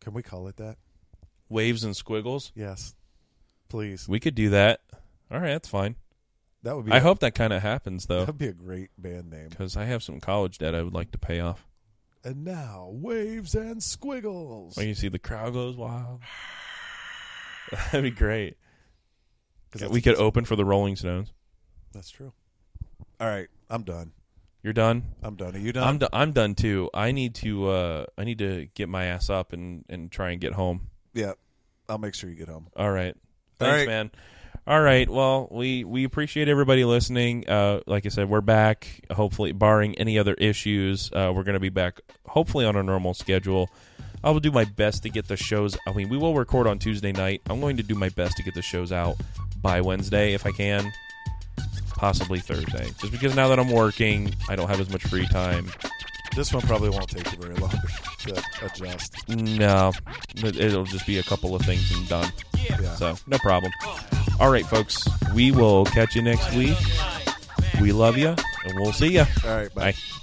[SPEAKER 2] can we call it that?
[SPEAKER 1] Waves and squiggles.
[SPEAKER 2] Yes, please.
[SPEAKER 1] We could do that. All right, that's fine.
[SPEAKER 2] That would be.
[SPEAKER 1] I hope that kind of happens though,
[SPEAKER 2] that'd be a great band name.
[SPEAKER 1] because I have some college debt I would like to pay off.
[SPEAKER 2] And now waves and squiggles.
[SPEAKER 1] When you see the crowd goes wild, that'd be great.
[SPEAKER 2] 'Cause that's-
[SPEAKER 1] We could open for the Rolling Stones.
[SPEAKER 2] That's true. All right, I'm done.
[SPEAKER 1] You're done.
[SPEAKER 2] I'm done. Are you done?
[SPEAKER 1] I'm do- I'm done too. I need to uh I need to get my ass up and and try and get home.
[SPEAKER 2] yeah, I'll make sure you get home.
[SPEAKER 1] All right.
[SPEAKER 2] All
[SPEAKER 1] Thanks,
[SPEAKER 2] right.
[SPEAKER 1] man. All right. Well, we we appreciate everybody listening. Uh, like I said, we're back. Hopefully, barring any other issues, uh, we're going to be back. Hopefully, on a normal schedule. I will do my best to get the shows. I mean, we will record on Tuesday night. I'm going to do my best to get the shows out by Wednesday if I can, possibly Thursday. Just because now that I'm working, I don't have as much free time.
[SPEAKER 2] This one probably won't take you very long to adjust.
[SPEAKER 1] No, it- it'll just be a couple of things and done.
[SPEAKER 2] Yeah.
[SPEAKER 1] So, no problem. All right, folks. We will catch you next week. We love you, and we'll see you.
[SPEAKER 2] All right, bye.
[SPEAKER 1] Bye.